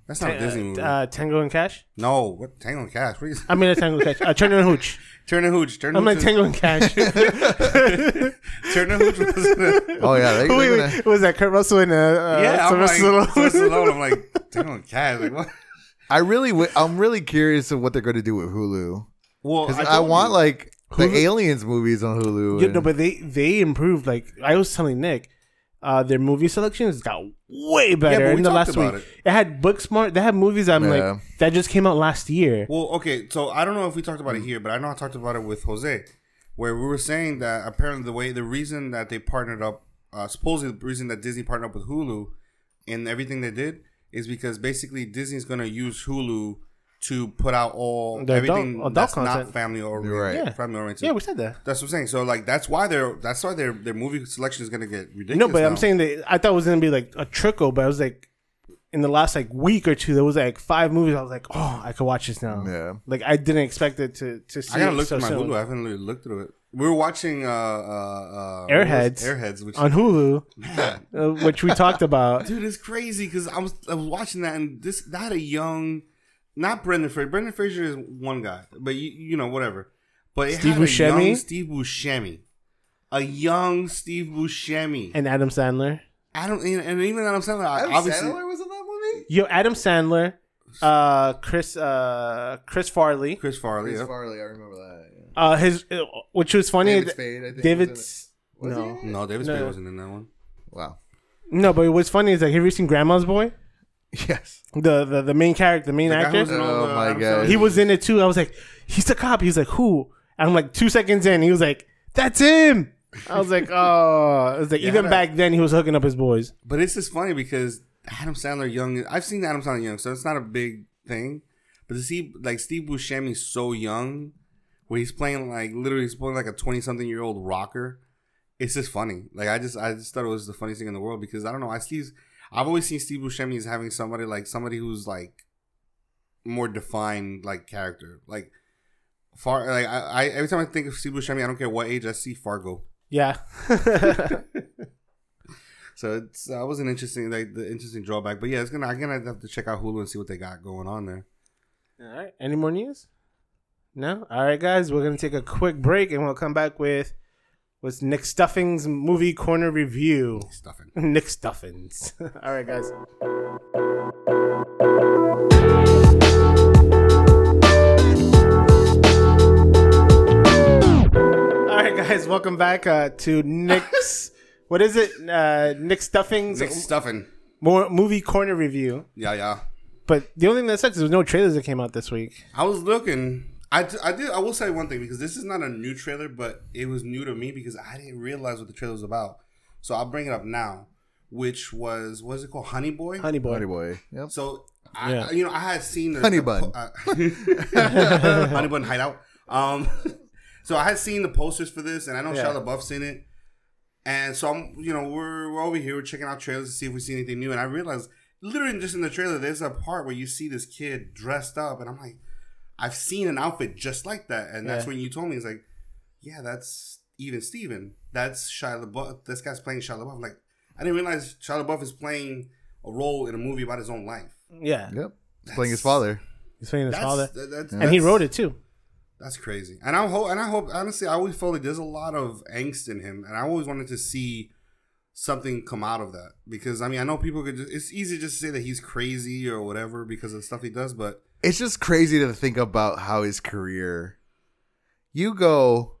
That's not a Disney movie. Uh, Tango and Cash. no, what Tango and Cash? What are you, I mean, not Tango and Cash. Uh, Turner and Hooch. Turner Hooch. Turner I'm like Hooch. Tango and Cash. is- Turner Hooch was. Oh yeah, they, wait, they're wait, gonna- was that Kurt Russell and uh, uh, yeah, I'm like Sylvester Stallone? Sylvester Stallone. I'm like Tango and Cash. Like what? I really, w- I'm really curious of what they're going to do with Hulu Well, because told I, want you. like Hulu- the Aliens movies on Hulu. Yeah, and- no, but they they improved. Like I was telling Nick, uh, their movie selections got way better we in the talked last week. about It. it. had Booksmart. They had movies. I'm Yeah. like that just came out last year. Well, okay, so I don't know if we talked Mm. about it here, but I know I talked about it with Jose, where we were saying that apparently the way the reason that they partnered up, uh, supposedly the reason that Disney partnered up with Hulu and everything they did is because basically Disney's going to use Hulu to put out all The adult- everything adult that's content. not family oriented, Right. Yeah. family oriented. yeah, we said that. that's what I'm saying. So like that's why their that's why their their movie selection is going to get ridiculous. No, but now. I'm saying that I thought it was gonna be like a trickle, but I was like, in the last like week or two, there was like five movies. I was like, oh, I could watch this now. Yeah. Like I didn't expect it to to see. I gotta it look so through my soon. Hulu. I haven't really looked through it. We were watching uh, uh, uh, what was- Airheads. Airheads, which on Hulu, uh, which we talked about. dude, it's crazy because I was I was watching that and this that a young, not Brendan Fraser. Brendan Fraser is one guy, but you you know whatever. But it Steve had a Buscemi? young Steve Buscemi, a young Steve Buscemi, and And Adam Sandler. Adam and, and even Adam Sandler. I- Adam obviously, Sandler was in that movie. Yo, Adam Sandler, uh, Chris, uh, Chris Farley, Chris Farley. Chris yeah. Farley, I remember that. yeah. uh, his, uh, which was funny. David that- Spade, I think, David's was in it. Was no, he in it? No, David No. Spade wasn't in that one. Wow. no, but what's funny is like, have you seen Grandma's Boy? Yes. The the, the main character, the main The guy who actor, was in all Oh the my Adam God. Sandler- he was in it too. I was like, he's the cop. He's like, who? And I'm like, two seconds in, he was like, that's him. I was like, oh, it's like Yeah, even that- back then he was hooking up his boys. But it's just funny because Adam Sandler young. I've seen Adam Sandler young, so it's not a big thing. But to see like Steve Buscemi so young, where he's playing like literally he's playing like a twenty something year old rocker, it's just funny. Like I just I just thought it was the funniest thing in the world because I don't know I see I've always seen Steve Buscemi as having somebody like somebody who's like more defined like character like. Far like I, I every time I think of Steve Buscemi, I don't care what age I see Fargo. Yeah, So it's that was an interesting like the interesting drawback. But yeah, it's gonna I'm gonna have to check out Hulu and see what they got going on there. All right. Any more news? No. All right, guys. We're gonna take a quick break, and we'll come back with what's Nick Stuffing's movie corner review. Stuffing. Nick Stuffins. All right, guys. All right, guys. Welcome back uh, to Nick's. what is it? Uh, Nick Stuffing's Nick stuffing. more movie corner review. Yeah, yeah. But the only thing that sucks is there's no trailers that came out this week. I was looking. I, t- I did. I will say one thing because this is not a new trailer, but it was new to me because I didn't realize what the trailer was about. So I'll bring it up now, which was what is it called? Honey Boy. Honey Boy. Honey boy. Yep. So I, Yeah. you know, I had seen the Honey the bun. po- uh, honey bun hideout. Um, so I had seen the posters for this, and I know Yeah. Shia LaBeouf's in it. And so I'm, you know, we're, we're over here, we're checking out trailers to see if we see anything new. And I realized, literally, just in the trailer, there's a part where you see this kid dressed up, and I'm like, I've seen an outfit just like that, and that's Yeah. when you told me it's like, yeah, that's even Steven. That's Shia LaBeouf. This guy's playing Shia LaBeouf. Like, I didn't realize Shia LaBeouf is playing a role in a movie about his own life. Yeah. Yep. Playing his father. He's playing his That's, father. that- that's- and he that's- wrote it too. That's crazy. And I hope. And I hope. Honestly, I always felt like there's a lot of angst in him, and I always wanted to see something come out of that because I mean I know people could just it's easy just to say that he's crazy or whatever because of the stuff he does, but It's just crazy to think about how his career. You go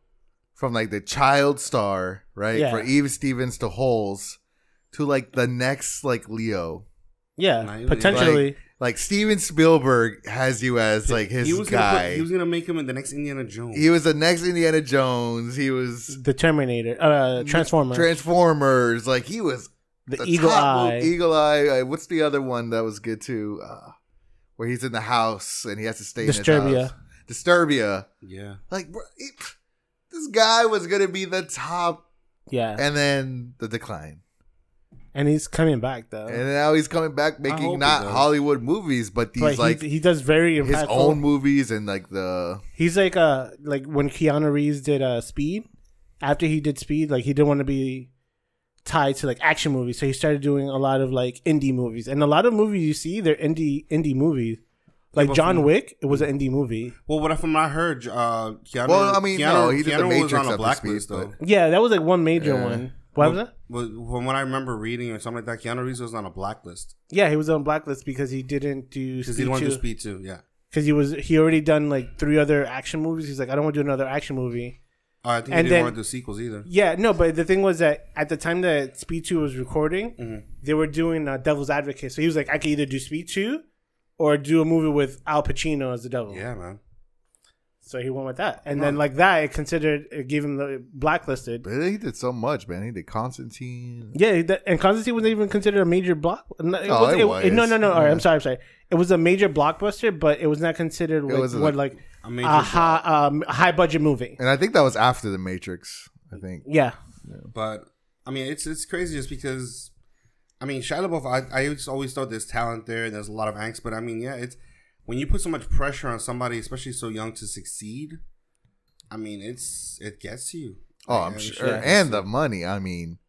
from like the child star, right, Yeah. for Eve Stevens to Holes, to like the next like Leo. Yeah, Nah, he was- potentially. Like, like Steven Spielberg has you as like his he was Gonna guy. put, he was gonna make him in the next Indiana Jones. he was the next Indiana Jones. He was the Terminator, uh, Transformer, Transformers. Like he was the, the Eagle top mo- Eye. Eagle Eye. uh, What's the other one that was good too? Uh, where he's in the house and he has to stay in Disturbia. his house. Disturbia. yeah, Like bro, he- pff, this guy was gonna be the top, yeah, and then the decline, and he's coming back though. and now he's coming back Uh, hope he making not does. Hollywood movies, but these but like he, he does very impactful. his own movies and like the He's like uh like when Keanu Reeves did uh Speed. After he did Speed, like he didn't want to be tied to like action movies, so he started doing a lot of like indie movies. And a lot of movies you see, they're indie indie movies. Like but John from- Wick, it was an indie movie. Well, what if I'm not heard? Uh, Keanu, Well, I mean, Keanu, no, he did the Keanu was Matrix on up a his blacklist sleeve, though. but- Yeah, that was like one major Yeah. one. What was that? Was, from what I remember reading or something like that, Keanu Reeves was on a blacklist Yeah, he was on blacklist because he didn't do because Speed he didn't want to do two. Speed Two. Yeah. because he was he already done like three other action movies. He's like, I don't want to do another action movie. Oh, I think And he didn't then- want to do sequels either. Yeah, no, but the thing was that at the time that Speed Two was recording, Mm-hmm. they were doing uh, Devil's Advocate. So he was like, I can either do Speed Two or do a movie with Al Pacino as the devil. Yeah, man. So he went with that, and then like that, it considered it gave him the blacklisted. But he did so much, man. He did Constantine. Yeah, that, and Constantine wasn't even considered a major block. no, It Oh, was, it it- was. it- no, no, no. all right, Yeah. I'm sorry, I'm sorry. It was a major blockbuster, but it was not considered like, was a- what like A a major high, um, high budget movie. And I think that was after the Matrix. I think. Yeah, But I mean, it's it's crazy just because I mean, Shia LaBeouf. I I just always thought there's talent there and there's a lot of angst, but I mean, yeah, it's when you put so much pressure on somebody, especially so young, to succeed. I mean, it's it gets to you. Oh, I'm Yeah, sure. yeah. And the money. I mean,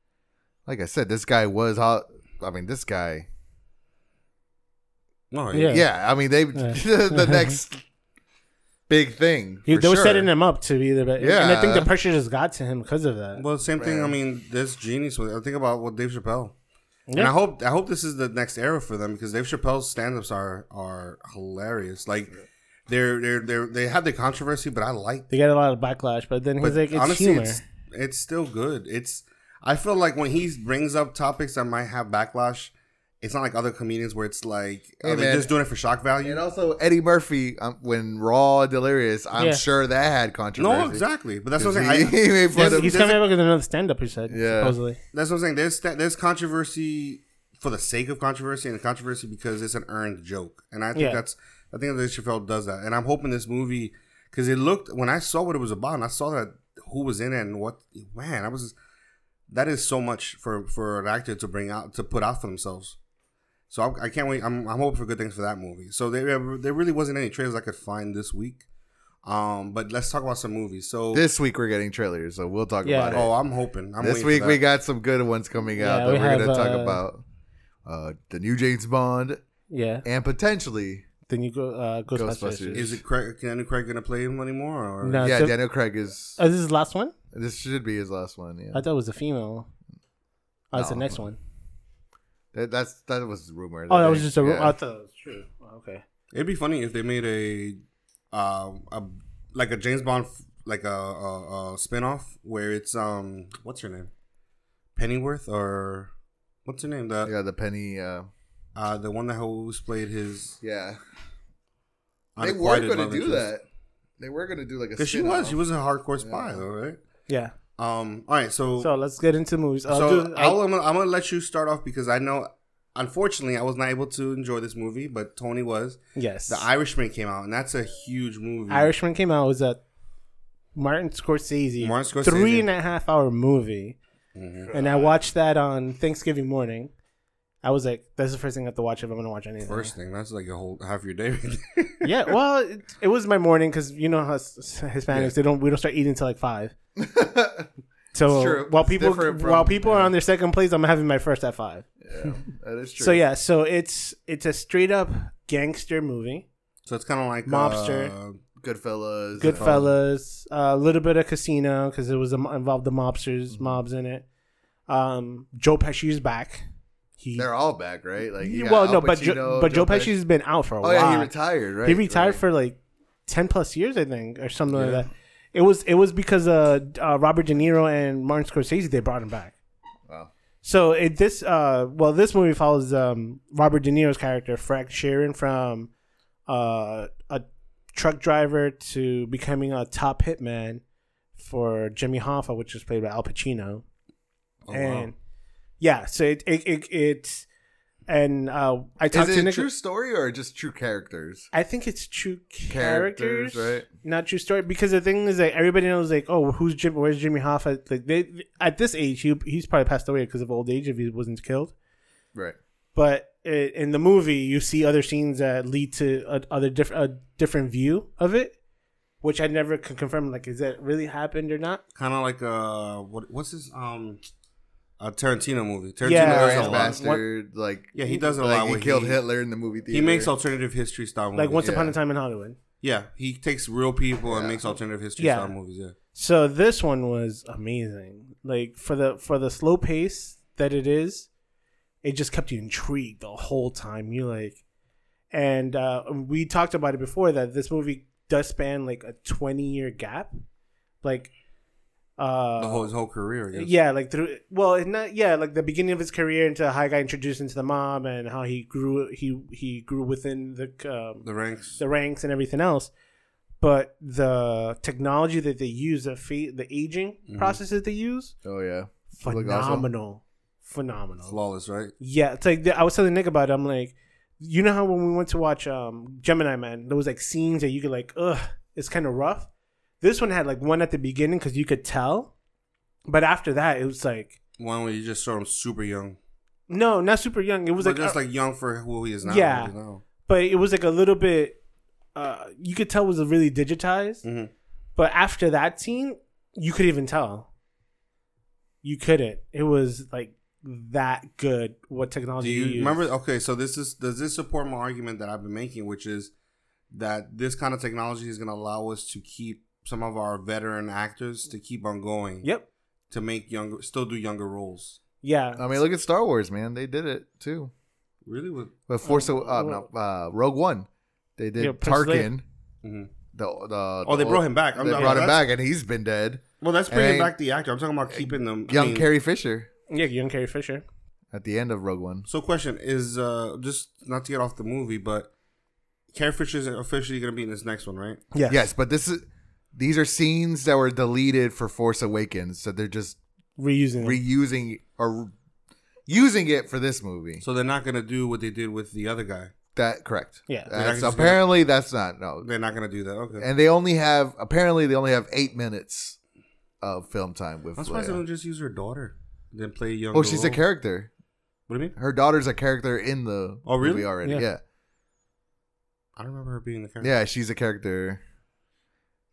like I said, this guy was hot. I mean, this guy. No, Yeah. Yeah, I mean, they the next big thing. He, for they were sure. setting him up to be the best. Yeah. And I think the Yeah. pressure just got to him because of that. Well, same thing. I Right. mean, there's genius. With, I think about what Dave Chappelle. And Yeah. I hope I hope this is the next era for them because Dave Chappelle's stand-ups are are hilarious. Like they're they're they are they have the controversy, but I like. They got a lot of backlash, but then he's But like, it's honestly, humor. it's it's still good. It's I feel like when he brings up topics that might have backlash, it's not like other comedians where it's like Hey, Oh, are they man. just doing it for shock value. And also Eddie Murphy um, when Raw and Delirious. I'm Yeah. sure that had controversy. no, exactly. But that's what 'Cause I'm saying. He, I- he made fun There's- of. he's there's coming a- up with another stand up, he said, Yeah. supposedly. That's what I'm saying. There's sta- there's controversy for the sake of controversy and controversy because it's an earned joke, and I think Yeah. that's I think that Chappelle does that, and I'm hoping this movie because it looked when I saw what it was about, and I saw that who was in it and what man, I was that is so much for for an actor to bring out to put out for themselves. So I'm, I can't wait. I'm, I'm hoping for good things for that movie. So there there really wasn't any trailers I could find this week. Um, but let's talk about some movies. So This week we're getting trailers, so we'll talk Yeah. about it. oh, I'm hoping. I'm this waiting for week that. we got some good ones coming Yeah, out that we we are have, going to talk uh, about. Uh, the new James Bond Yeah. and potentially Then you go uh, Ghostbusters. Ghostbusters. Is it Craig? Can Craig gonna play him anymore? Or No. Uh, yeah, so- Daniel Craig is. Oh, this is the last one? This should be his last one. Yeah, I thought it was the female. Oh, it's the No. next one. that, that's that was rumored. Oh, I that was think. just a. Yeah. I thought it was true. Oh, okay. it'd be funny if they made a, uh, a like a James Bond f- like a, a, a spinoff where it's um what's her name, Pennyworth or what's her name the yeah, the penny. Uh, uh the one that who's played his yeah, they were unrequited going to love do interest. that. They were going to do like a. because she was spin-off. she was a hardcore spy though right Yeah. um all right so So let's get into the movies. I'll so do- I- I'll, I'm, gonna, I'm gonna let you start off because I know unfortunately I was not able to enjoy this movie but Tony was yes. The Irishman came out and that's a huge movie Irishman came out. It was a Martin Scorsese, Martin Scorsese. Mm-hmm. three and a half hour movie, and I watched that on Thanksgiving morning. I was like, "That's the first thing I have to watch if I'm gonna watch anything." First thing, that's like a whole half your day. right there. Yeah, well, it, it was my morning because you know how s- s- Hispanics they don't we don't start eating until like five. So It's true. while It's people different from- while people are on their second plates, I'm having my first at five. Yeah, that is true. So yeah, so it's it's a straight up gangster movie, so it's kind of like Mobster. uh, Goodfellas. uh, Mm-hmm. Goodfellas, a little bit of Casino because it was a, mo- involved the mobsters mobs in it. Um, Joe Pesci's back. He They're all back, right? Like you got well, Al no, but Pacino, Joe, but Joe Pesci- Pesci's been out for a Oh while. yeah, he retired, right? He retired right. for like ten plus years, I think, or something Yeah. like that. It was it was because uh, uh, Robert De Niro and Martin Scorsese they brought him back. Wow. So it this uh well this movie follows um Robert De Niro's character Frank Sheeran from uh a truck driver to becoming a top hitman for Jimmy Hoffa, which is played by Al Pacino. Oh, and wow. yeah, so it it, it it's and uh I talked Is to it a Nick. true story or just true characters? I think it's true Characters, characters, right. Not true story because the thing is like everybody knows like oh who's Jim where's Jimmy Hoffa like they at this age he he's probably passed away because of old age if he wasn't killed Right. but i in the movie you see other scenes that lead to a, other different a different view of it which I never can confirm like is that really happened or not kind of like uh, what, what's his um, a Tarantino movie? Tarantino Yeah. does Glorious a lot. Bastard, like Yeah, he does a like, lot He where killed he- Hitler in the movie theater. He makes alternative history style movies. like once upon Mm, yeah. a time in Hollywood yeah, he takes real people and Yeah. makes alternative history Yeah. style movies. Yeah, So this one was amazing. Like for the for the slow pace that it is, it just kept you intrigued the whole time. You like, and uh, we talked about it before that this movie does span like a twenty year gap, like uh, the whole his whole career. I guess. yeah, like through well, it not yeah, like the beginning of his career into how he got introduced into the mob and how he grew he he grew within the um, the ranks. the ranks and everything else. But the technology that they use, the fa- the aging process that they use, Oh yeah. Look awesome. phenomenal, phenomenal. Flawless, right? Yeah, it's like I was telling Nick about it. I'm like, you know how when we went to watch um, Gemini Man, there was like scenes that you could like, ugh, it's kind of rough. This one had like one at the beginning because you could tell, but after that, it was like, One where you just saw him super young. no, not super young. It It was was but like, just uh, like young for who he is now. Yeah. you know? but it was like a little bit. Uh, you could tell it was really digitized. Mhm. But after that scene, you could even tell. You couldn't. It was like that good. What Do technology you you, used. remember? Okay, so this is does this support my argument that I've been making, which is that this kind of technology is going to allow us to keep some of our veteran actors to keep on going. Yep. To make younger, still do younger roles. Yeah. Uh, I mean, look at Star Wars, man. They did it too. Really? With But Force of uh, well- no, uh, Rogue One, they did Yeah, Prince Tarkin. Mhm. The, the oh, they the- brought him back. I'm- they I'm- brought him that's- back, and he's been dead. Well, that's bringing And- back the actor. I'm talking about keeping them I Young mean, Carrie Fisher yeah. Young Carrie Fisher. at the end of Rogue One. So, question is uh just not to get off the movie, but Carrie Fisher's officially going to be in this next one, right? Yes. Yes, but this is these are scenes that were deleted for Force Awakens, so they're just Reusing. it. reusing or using it for this movie. So they're not going to do what they did with the other guy. That correct? Yeah. That's- They're not just gonna- apparently that's not no, They're not going to do that. Okay. and they only have apparently they only have eight minutes of film time with. I'm surprised they Leia. don't just use her daughter. Then play young. Oh, she's a role. character. What do you mean? Her daughter's a character in the Oh, really? movie already. Yeah. Yeah. I don't remember her being the yeah, character. she's a character.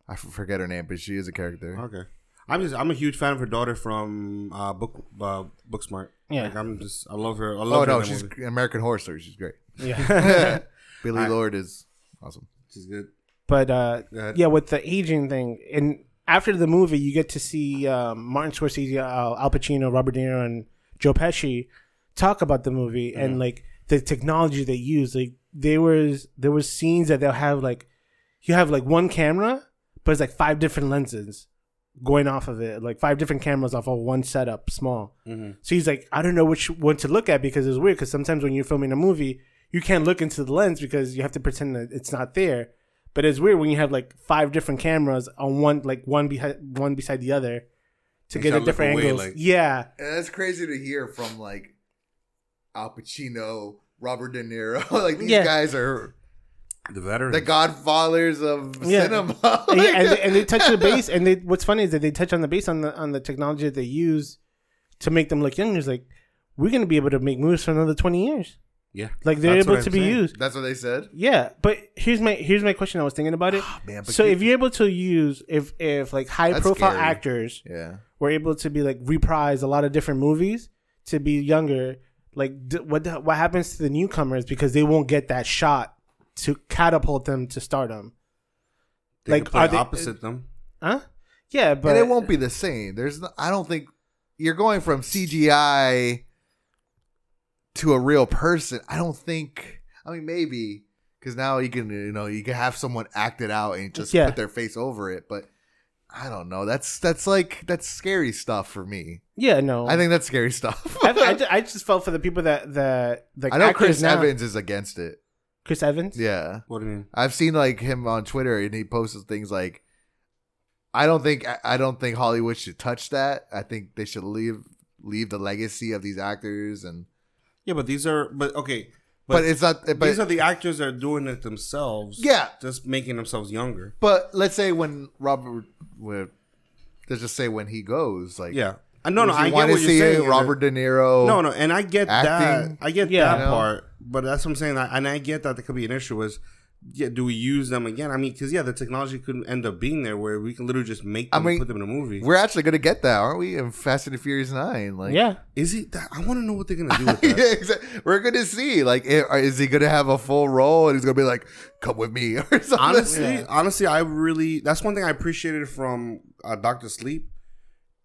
I f- forget her name, but she is a character. Okay. I'm just I'm a huge fan of her daughter from uh, book uh, Booksmart. Yeah. Like I'm just I love her. I love Oh her in no, that she's movie. an American Horror Story. She's great. Yeah. Billy I- Lord is awesome. she's good. but uh, Go ahead. yeah, with the aging thing, and after the movie, you get to see um, Martin Scorsese, uh, Al, Al Pacino, Robert De Niro, and Joe Pesci talk about the movie and like the technology they use. Like there was there was scenes that they'll have like you have like one camera, but it's like five different lenses going off of it, like five different cameras off of one setup, small. Mm-hmm. So he's like, I don't know which one to look at because it's weird. Because sometimes when you're filming a movie, you can't look into the lens because you have to pretend that it's not there. But it's weird when you have like five different cameras on one, like one behind one beside the other, to And get try a to look different away, angles. like- yeah, And that's crazy to hear from like Al Pacino, Robert De Niro. like these Yeah. guys are The veteran. the godfathers of Yeah. cinema. and, yeah, and, they, and they touch the base. And they, what's funny is that they touch on the base on the on the technology that they use to make them look younger. It's like we're gonna be able to make movies for another twenty years. yeah. Like they're That's what able I'm to be saying. used. That's what they said. Yeah, but here's my here's my question. I was thinking about it. man, but so you- if you're able to use if if like high That's profile scary. actors Yeah. were able to be like reprise a lot of different movies to be younger, like d- what the, what happens to the newcomers because they won't get that shot to catapult them to stardom, They Like, could play are they- opposite them. huh? Yeah, but and it won't be the same. There's no, I don't think you're going from CGI to a real person. I don't think. I mean, maybe because now you can you know you can have someone act it out and just Yeah. put their face over it, but. I don't know. That's that's like that's scary stuff for me. Yeah, no. I think that's scary stuff. I, I, ju- I just felt for the people that that the I know actors Chris now- Evans is against it. Chris Evans. Yeah. What do you mean? I've seen like him on Twitter and he posts things like I don't think I- I don't think Hollywood should touch that. I think they should leave leave the legacy of these actors and Yeah, but these are but okay. but, But, it's not but these are the actors that are doing it themselves. Yeah. Just making themselves younger. but let's say when Robert when, let's just say when he goes like Yeah. I no would no, you I get wanna what you're see saying. Robert De Niro No, no, and I get acting, that. I get Yeah. that you know? part, but that's what I'm saying. I- And I get that there could be an issue. Is yeah, do we use them again? I mean, because yeah, the technology could end up being there where we can literally just make I them, mean, and put them in a movie. We're actually gonna get that, aren't we? In Fast and the Furious Nine, like Yeah. Is it? That, I want to know what they're gonna do with yeah, that. exactly. We're gonna see. Like, i- is he gonna have a full role, and he's gonna be like, "Come with me," or something? honestly, honestly, I really that's one thing I appreciated from uh, Doctor Sleep.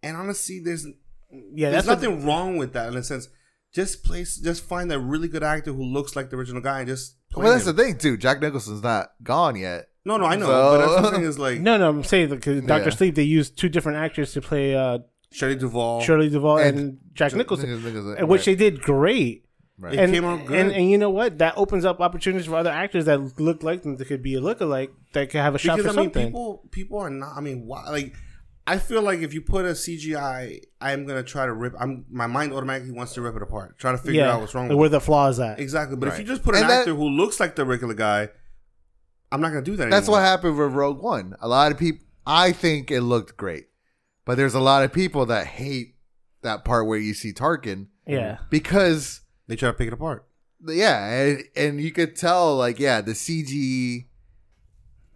And honestly, there's Yeah, there's that's what- nothing wrong with that in a sense. Just place, just find a really good actor who looks like the original guy and just. play well, that's him. the thing too. Jack Nicholson's not gone yet. no, no, I know, So- but that's the thing is like No, no, I'm saying because Doctor Yeah. Sleep they used two different actors to play uh, Shirley Duvall. Shirley Duvall and, And- Jack Nicholson, Nicholson, and which right, they did great. right. It and, came out good. and and you know what? That opens up opportunities for other actors that look like them that could be a lookalike that could have a shot because I for mean, something. people people are not. I mean, why? Like, I feel like if you put a CGI, I'm gonna try to rip. I'm my mind automatically wants to rip it apart, try to figure yeah, out what's wrong. like with where the flaws at. it. Exactly, but if Right. you just put an And that- actor who looks like the regular guy, I'm not gonna do that. That's anymore. what happened with Rogue One. A lot of people, I think it looked great, but there's a lot of people that hate that part where you see Tarkin Yeah, because They try to pick it apart. yeah and, and you could tell like yeah the cg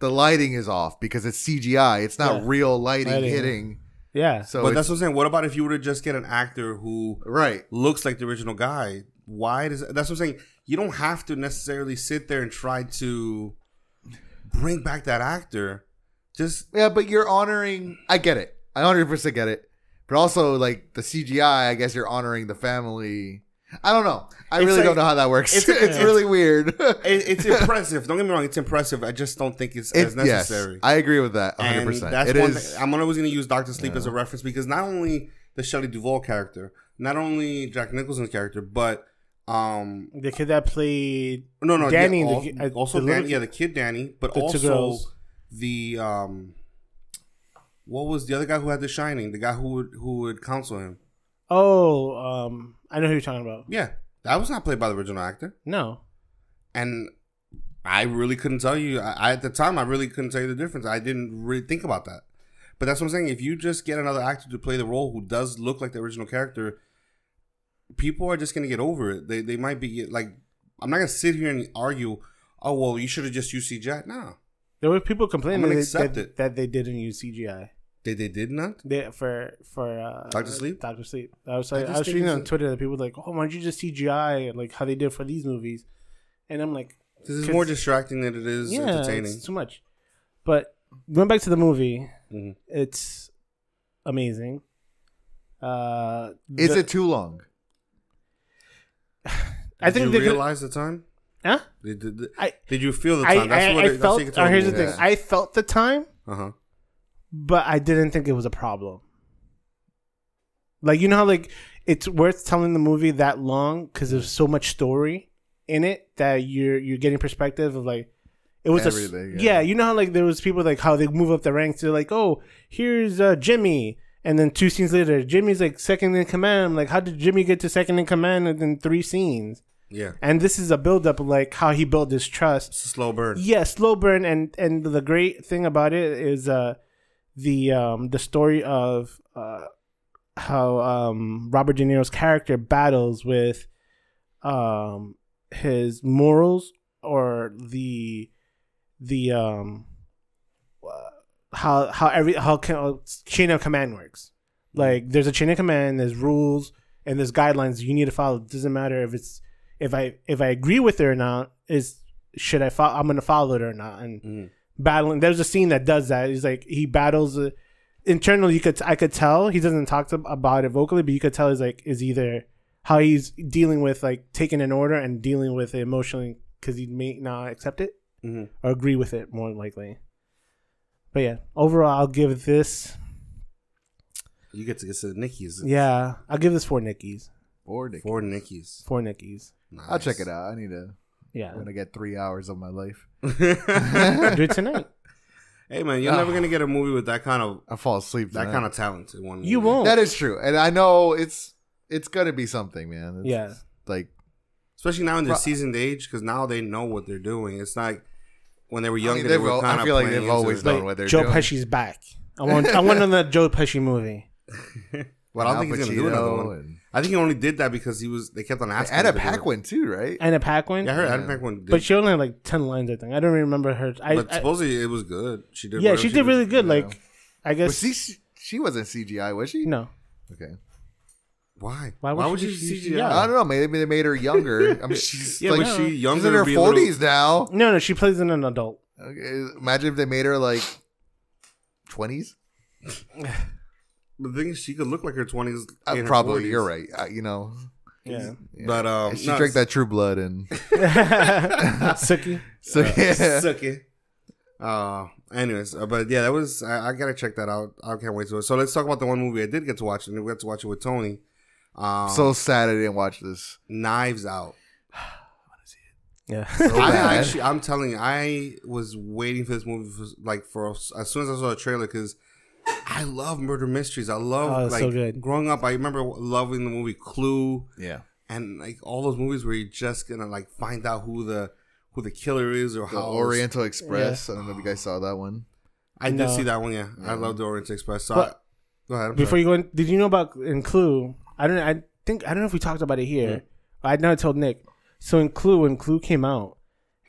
the lighting is off because it's cgi it's not Yeah. real lighting, Lighting. hitting yeah. so but it's- that's what I'm saying. What about if you were to just get an actor who right looks like the original guy? Why does that's what I'm saying? You don't have to necessarily sit there and try to bring back that actor. Just yeah but you're honoring i get it i 100% get it but also like the cgi i guess you're honoring the family i don't know i It's really like- don't know how that works it's, it's- it's- really weird it, it's impressive. don't get me wrong; it's impressive. I just don't think it's It- as necessary. yes i agree with that And 100% That's It one is- thing. I'm always going to use Doctor Sleep as a reference because not only the Shelley Duvall character, not only Jack Nicholson's character, but um The kid that played no no Danny, yeah, the al- ki- uh, also the Dan- little- yeah the kid Danny, but the two also girls. the um what was the other guy who had The Shining? The guy who would who would counsel him? oh, um, I know who you're talking about. Yeah, that was not played by the original actor, No, and. I really couldn't tell you. I, I at the time, I really couldn't tell you the difference. I didn't really think about that. But that's what I'm saying. If you just get another actor to play the role who does look like the original character, people are just gonna get over it. They they might be like, I'm not gonna sit here and argue. Oh well, you should have just used CGI. No, there were people complaining I'm that, gonna that, accept it. that they didn't use CGI. they they did not. They, for for uh, Dr. Sleep? Doctor Sleep. I was I like, I, just was think reading on it's a- Twitter that people were like, oh, why don't you just CGI like how they did for these movies? And I'm like, This is 'Cause- more distracting than it is yeah, entertaining. it's too much. But going back to the movie, Mhm. it's amazing. Uh, is the- it too long I did think you they could, realize the time. huh? Did, did, did, I- did you feel the I, time? I, I felt. oh, here's the thing. Yeah. I felt the time, Uh huh. but I didn't think it was a problem. Like you know how like it's worth telling the movie that long because there's so much story in it that you're you're getting perspective of like it was a s- Everything, yeah. yeah. you know how like there was people like how they move up the ranks they're like oh here's uh, Jimmy and then two scenes later Jimmy's like second in command I'm like how did Jimmy get to second in command and then three scenes Yeah, and this is a build up of like how he built his trust it's a slow burn. yeah slow burn and and the great thing about it is uh the um the story of uh how um robert de niro's character battles with um his morals or the the um uh, how how every how can, uh, chain of command works like there's a chain of command there's rules and there's guidelines you need to follow it doesn't matter if it's if i if i agree with it or not is should i follow i'm gonna follow it or not and Mhm. battling there's a scene that does that he's like he battles uh, internally you could I could tell he doesn't talk to, about it vocally, but you could tell he's like is either how he's dealing with like taking an order and dealing with it emotionally because he may not accept it Mhm. or agree with it more than likely. But yeah, overall, I'll give this. You get to get to Nikki's. Yeah, I'll give this four Nickies. Or Nick. Four Nikki's. Four Nickies. I'll check it out. I need to. Yeah, I'm gonna get three hours of my life. hey do it tonight. man, you're Ah. never gonna get a movie with that kind of I fall asleep. that tonight. kind of talent in one. You movie. won't. That is true, and I know it's it's gonna be something, man. It's Yeah. like especially now in their Pro- seasoned age, because now they know what they're doing. It's not when they were I younger. mean, they they've were al- kind I feel like they've always Like, done what they're Joe doing. Pesci's back. I want. I want another Joe Pesci movie. Well, I don't think he's gonna do another Pacino one. and- I think he only did that because he was. They kept on asking. Anna him to do it. Paquin too, right? Anna Paquin. Yeah, I heard Anna Yeah. Paquin did, but she only had like ten lines. I think I don't remember her. I, but I- supposedly it was good. She did. yeah, whatever she did really good. yeah. Like, I Was guess she she wasn't CGI, was she? no. Okay. Why? Why would she you do CGI? CGI? I don't know. Maybe they made her younger. I mean, she's Yeah, like but she younger. she's in her be a little- forties now. No, no, she plays in an adult. Okay, imagine if they made her like twenties. But the thing is, she could look like her twenties. Uh, Probably you're right. Uh, you know, Yeah. Yeah. But um, she no, drank that True Blood and Suki. so yeah. Sucky. Uh, anyways, uh, but yeah, that was I, I gotta check that out. I can't wait to. So let's talk about the one movie I did get to watch, and we got to watch it with Tony. Um, so sad I didn't watch this. Knives Out. Yeah. So I bad. actually, I'm telling you, I was waiting for this movie for, like for as soon as I saw the trailer because I love murder mysteries. I Oh, love it's like so good. growing up. I remember loving the movie Clue yeah, and like all those movies where you're just gonna like find out who the who the killer is or the how Oriental Express. I don't know if you guys saw that one. I did No. see that one. Yeah, I love the Orient Express. So But- I- go ahead. I'm Before sorry. you go, in, did you know about in Clue? I don't. I think I don't know if we talked about it here. I never told Nick. So in Clue, when Clue came out,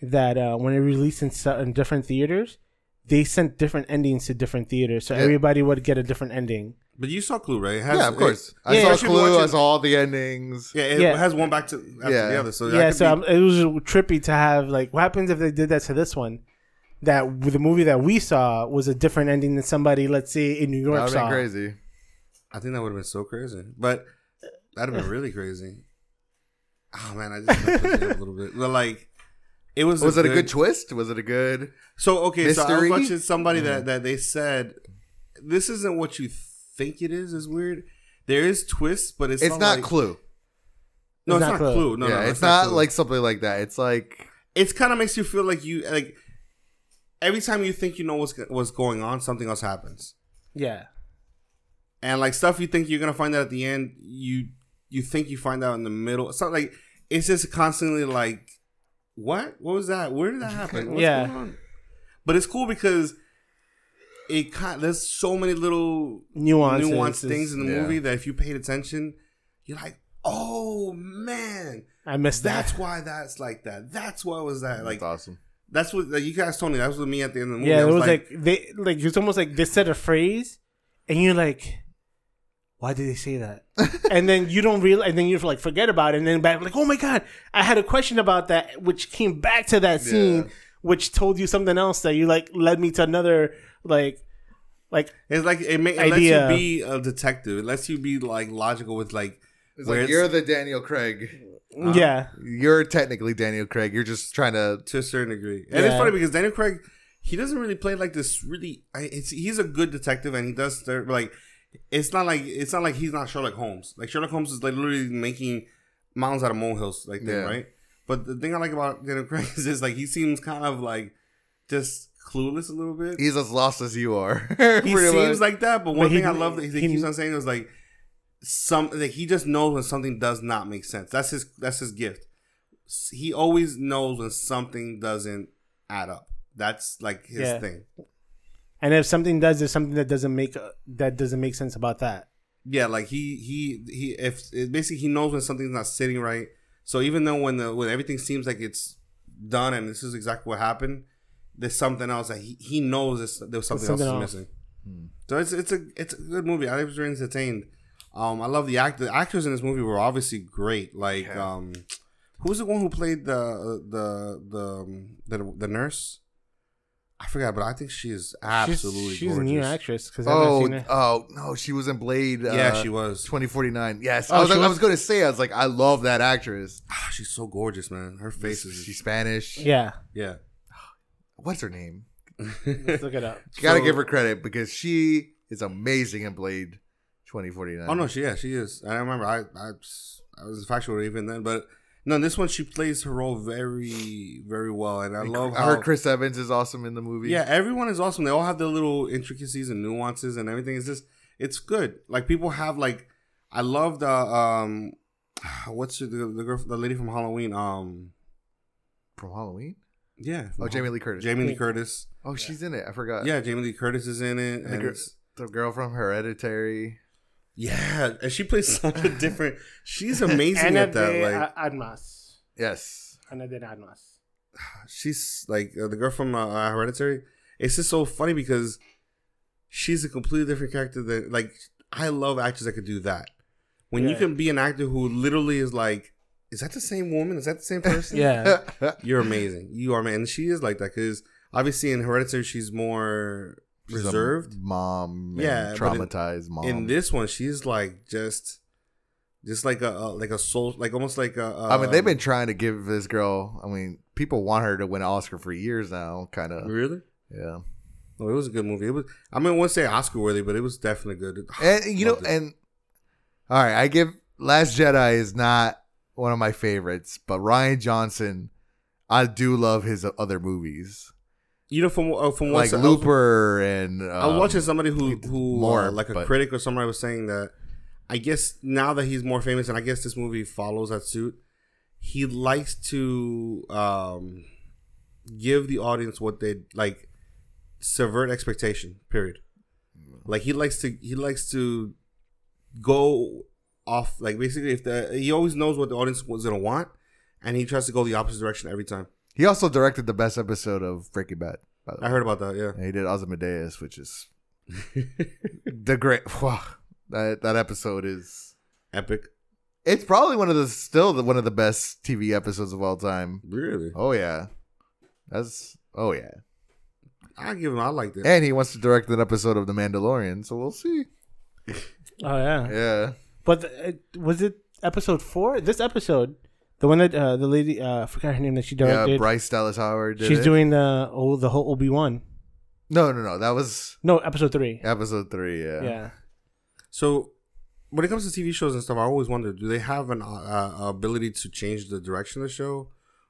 that uh, when it released in, se- in different theaters, they sent different endings to different theaters, so Yeah. everybody would get a different ending. but you saw Clue, right? It has- Yeah, of course. it- I yeah, saw I should be Clue. I watching- saw all the endings. yeah, it Yeah. has one back to after Yeah. the other. So that yeah, could so be- I'm, it was trippy to have like, what happens if they did that to this one? That with the movie that we saw was a different ending than somebody, let's say in New that York would saw. been crazy. I think that would have been so crazy, but that'd have been really crazy. Oh man, I just messed this up a little bit. But like, it was Was it a good twist? Was it a good? so okay. So I mystery? was watching somebody that that they said this isn't what you think it is. Is weird. There is twists, but it's It's, not like- Clue. No, it's, not clue. No, yeah, no, it's not Clue. like something like that. It's like it's kind of makes you feel like you like every time you think you know what's go- what's going on, something else happens, Yeah, and like stuff you think you're gonna find out at the end, you you think you find out in the middle. It's not like it's just constantly like, what? What was that? Where did that happen? What's Yeah. going on? But it's cool because it kind there's so many little nuances, nuanced things in the Yeah. movie that if you paid attention, you're like, oh man, I missed that. that's why that's like that. That's why was that like. that's awesome. That's what like, you guys told me. That was with me at the end of the movie. yeah, I it was like, they like it's almost like they said a phrase, and you're like, why did they say that? and then you don't realize, and then you like forget about it, and then back like, oh my god, I had a question about that, which came back to that scene, Yeah. which told you something else that you like led me to another like, like it's like it, ma- it Idea. lets you be a detective. It lets you be like logical with like It's where like it's- you're the Daniel Craig. yeah, You're technically Daniel Craig. You're just trying to. to a certain degree. And Yeah. it's funny because Daniel Craig, he doesn't really play like this. Really, I, it's he's a good detective, and he does cer- like it's not like it's not like he's not Sherlock Holmes. Like Sherlock Holmes is like literally making mountains out of molehills, like thing, Yeah. right? But the thing I like about Daniel Craig is just like he seems kind of like just clueless a little bit. He's as lost as you are. he pretty seems much. like that, but one But he- thing I love that he, he- keeps on saying is like some like he just knows when something does not make sense. That's his that's his gift. S- He always knows when something doesn't add up. That's like his Yeah. thing. and if something does, there's something that doesn't make uh, that doesn't make sense about that. Yeah, like he he he if it- basically he knows when something's not sitting right. So even though when the when everything seems like it's done and this is exactly what happened, there's something else that he, he knows is, there was something, something else, else. is missing. So it's it's a it's a good movie. I was really entertained. Um, I love the act. The actors in this movie were obviously great. Like, um, who's the one who played the the the um, the, the nurse? I forgot, but I think she is absolutely she's, she's a gorgeous. new actress because I've never Oh, seen her. oh no, she was in Blade. Uh, yeah, she was. 2049. Yes, Oh, I was. she I was? was going to say. I was like, I love that actress. Ah, she's so gorgeous, man. Her face is She's Spanish. yeah, yeah. What's her name? let's look it up. You gotta So- give her credit because she is amazing in Blade 2049. Oh no, she yeah, she is. I remember I I, I was infatuated with her even then, but no, in this one she plays her role very very well, and I And love I how heard Chris Evans is awesome in the movie. yeah everyone is awesome. They all have their little intricacies and nuances and everything. It's just it's good. Like people have like I love the um what's the the girl the lady from Halloween um from Halloween. yeah Oh, Jamie Lee Curtis. Jamie Lee Curtis oh, she's in it. I forgot. yeah Jamie Lee Curtis is in it the and gir- it's- the girl from Hereditary. yeah and she plays such a different she's amazing Ana at that de uh, like A- Armas. Yes, Ana de Armas. she's like uh, the girl from uh, uh, Hereditary. It's just so funny because she's a completely different character than like I love actors that could do that. When you Yeah. can be an actor who literally is like, is that the same woman? Is that the same person? Yeah, you're amazing. You are man. And she is like that because obviously in Hereditary she's more She's a reserved. mom. Yeah, Yeah, but in- traumatized mom. In this one, she's like just, just like a, a like a soul, like almost like a. I mean, they've um, been trying to give this girl. I mean, people want her to win an Oscar for years now. Kind of. really. Yeah. No, it was a good movie. It was. I mean, I won't say Oscar worthy, but it was definitely good. And you know, Loved it. and all right, I give Last Jedi is not one of my favorites, but Ryan Johnson, I do love his other movies You know, from uh, from like what Looper and um, I was watching somebody who who more, uh, like a but- critic or somebody was saying that. I guess now that he's more famous, and I guess this movie follows that suit, he likes to um, give the audience what they like, subvert expectation. Period. Like he likes to he likes to go off like basically if the he always knows what the audience was gonna want, and he tries to go the opposite direction every time. He also directed the best episode of Breaking Bad. By the I way, heard about that. Yeah. And he did Ozymandias, which is the great. Wow, that that episode is. Epic. It's probably one of the still the, one of the best TV episodes of all time. Really? Oh yeah, that's oh yeah. I give him. I liked it. And he wants to direct an episode of The Mandalorian, so we'll see. oh yeah. Yeah. But the, it, was it episode four? This episode, the one that uh, the lady uh, I forgot her name that she Yeah, directed. Bryce Dallas Howard did She's it. doing the oh the whole Obi Wan. No, no, no. That was No, episode three. episode 3, yeah. Yeah. So, when it comes to TV shows and stuff, I always wonder: do they have an uh, uh, ability to change the direction of the show,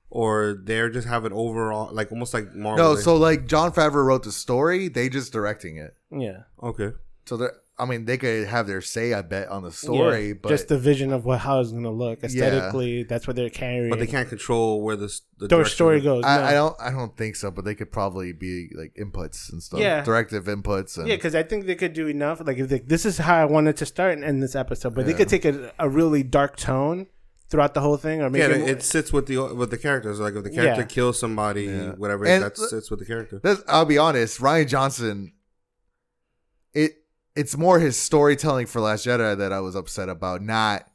or they're just have an overall like almost like Marvel? No, so like John Favreau wrote the story, they just directing it. Yeah. okay, So they are I mean, they could have their say, I bet, on the story, Yeah. but just the vision of what how it's gonna look aesthetically. That's what they're carrying. but they can't control where the s- the Their direction story of- goes. I, no. I don't I don't think so, but they could probably be like inputs and stuff. Yeah. Directive inputs and Yeah, because I think they could do enough. Like, if they, this is how I wanted to start and end this episode, but they could take a, a really dark tone throughout the whole thing, or make it, Yeah, it, it sits with the with the characters. Like if the character Yeah. kills somebody, whatever, And- that sits with the character. That's, I'll be honest, Ryan Johnson. It it's more his storytelling for Last Jedi that I was upset about, not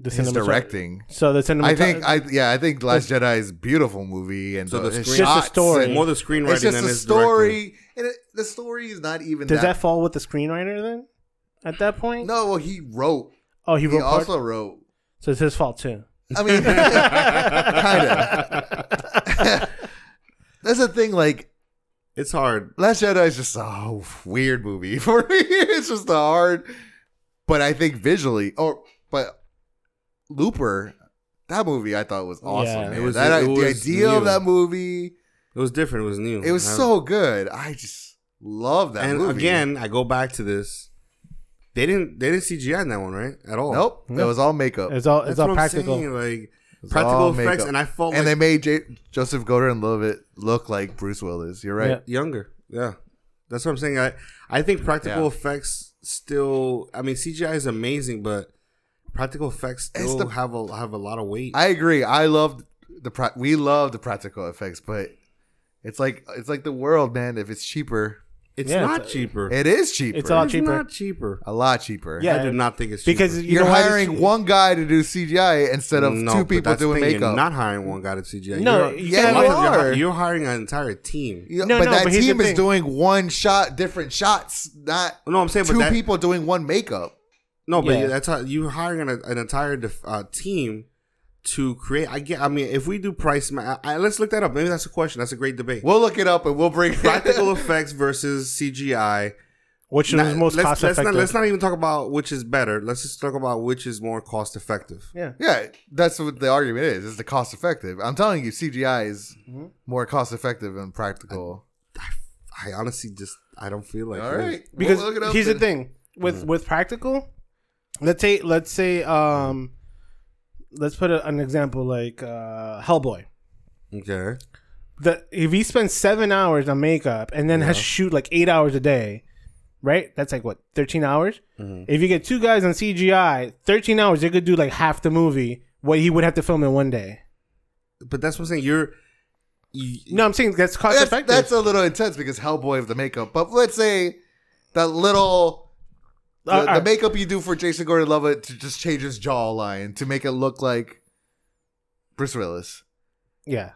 the his cinematog- directing. So the cinematography. I think I yeah I think Last Jedi is a beautiful movie and So the his screen- Just the shots story. and- More the screenwriting it's just than a his directing. story and it, the story is not even does that, that, fall with the screenwriter then? At that point, no well he wrote Oh, he he, wrote part- also wrote so it's his fault too. I mean kind of that's the thing like It's hard. Last Jedi is just a weird movie for me it's just a hard but I think visually or but Looper that movie I thought was awesome Yeah. man. It was- that uh, it the was idea of new. that movie. It was different. It was new. It was I- so good. I just love that And movie. again, I go back to this. They didn't. They didn't CGI in that one, right? At all. nope, it Oh, was all makeup. It's all Oh, That's it's all what I'm practical. saying, Like It's all practical effects, makeup. and I felt and they like made J- Joseph Gordon-Levitt look like Bruce Willis. You're right. younger. Yeah, that's what I'm saying. I I think practical Yeah. effects still. I mean, CGI is amazing, but practical effects It's still the- have a have a lot of weight. I agree. I loved the pra- we love the practical effects, but it's like it's like the world, man. If it's cheaper, It's Yeah, not it's- cheaper. It is cheaper. It's a lot It's cheaper. not cheaper. a lot cheaper. Yeah, I do not think it's cheaper. because you You're know why it's hiring cheap? one guy to do CGI instead of No, two but people that's the doing thing, makeup. You're not hiring one guy to CGI. No, you're, you Yeah, can't you a lot of hire- times you're, are. hi- you're hiring an entire team. You- No, but no, that but here's the team is thing. doing one shot, different shots, not No, I'm saying, but two that- people doing one makeup. No, but Yeah. that's how you're hiring an, an entire def, uh, team to create. I get. I mean, if we do price, ma- I, I- let's look that up. Maybe that's a question. That's a great debate. We'll look it up and we'll bring Practical effects versus CGI. Which Not- is most let's, cost let's effective? Not, let's not even talk about which is better. Let's just talk about which is more cost effective. yeah. Yeah, that's what the argument is. Is the cost effective? I'm telling you, CGI is Mm-hmm. more cost effective and practical. I honestly just I don't feel like All it. Mm. right, we'll because look it up here's and- the thing with with practical let's say let's say um let's put a, an example like uh hellboy Okay. the if he spends seven hours on makeup and then has to shoot like eight hours a day right that's like what 13 hours Mm-hmm. if you get two guys on cgi 13 hours they could do like half the movie what he would have to film in one day But that's what I'm saying. You're you, no i'm saying that's cost That's, effective that's a little intense because Hellboy of the makeup. But let's say that little the, Uh, uh, the makeup you do for Jason Gordon-Levitt to just change his jawline to make it look like Bruce Willis. yeah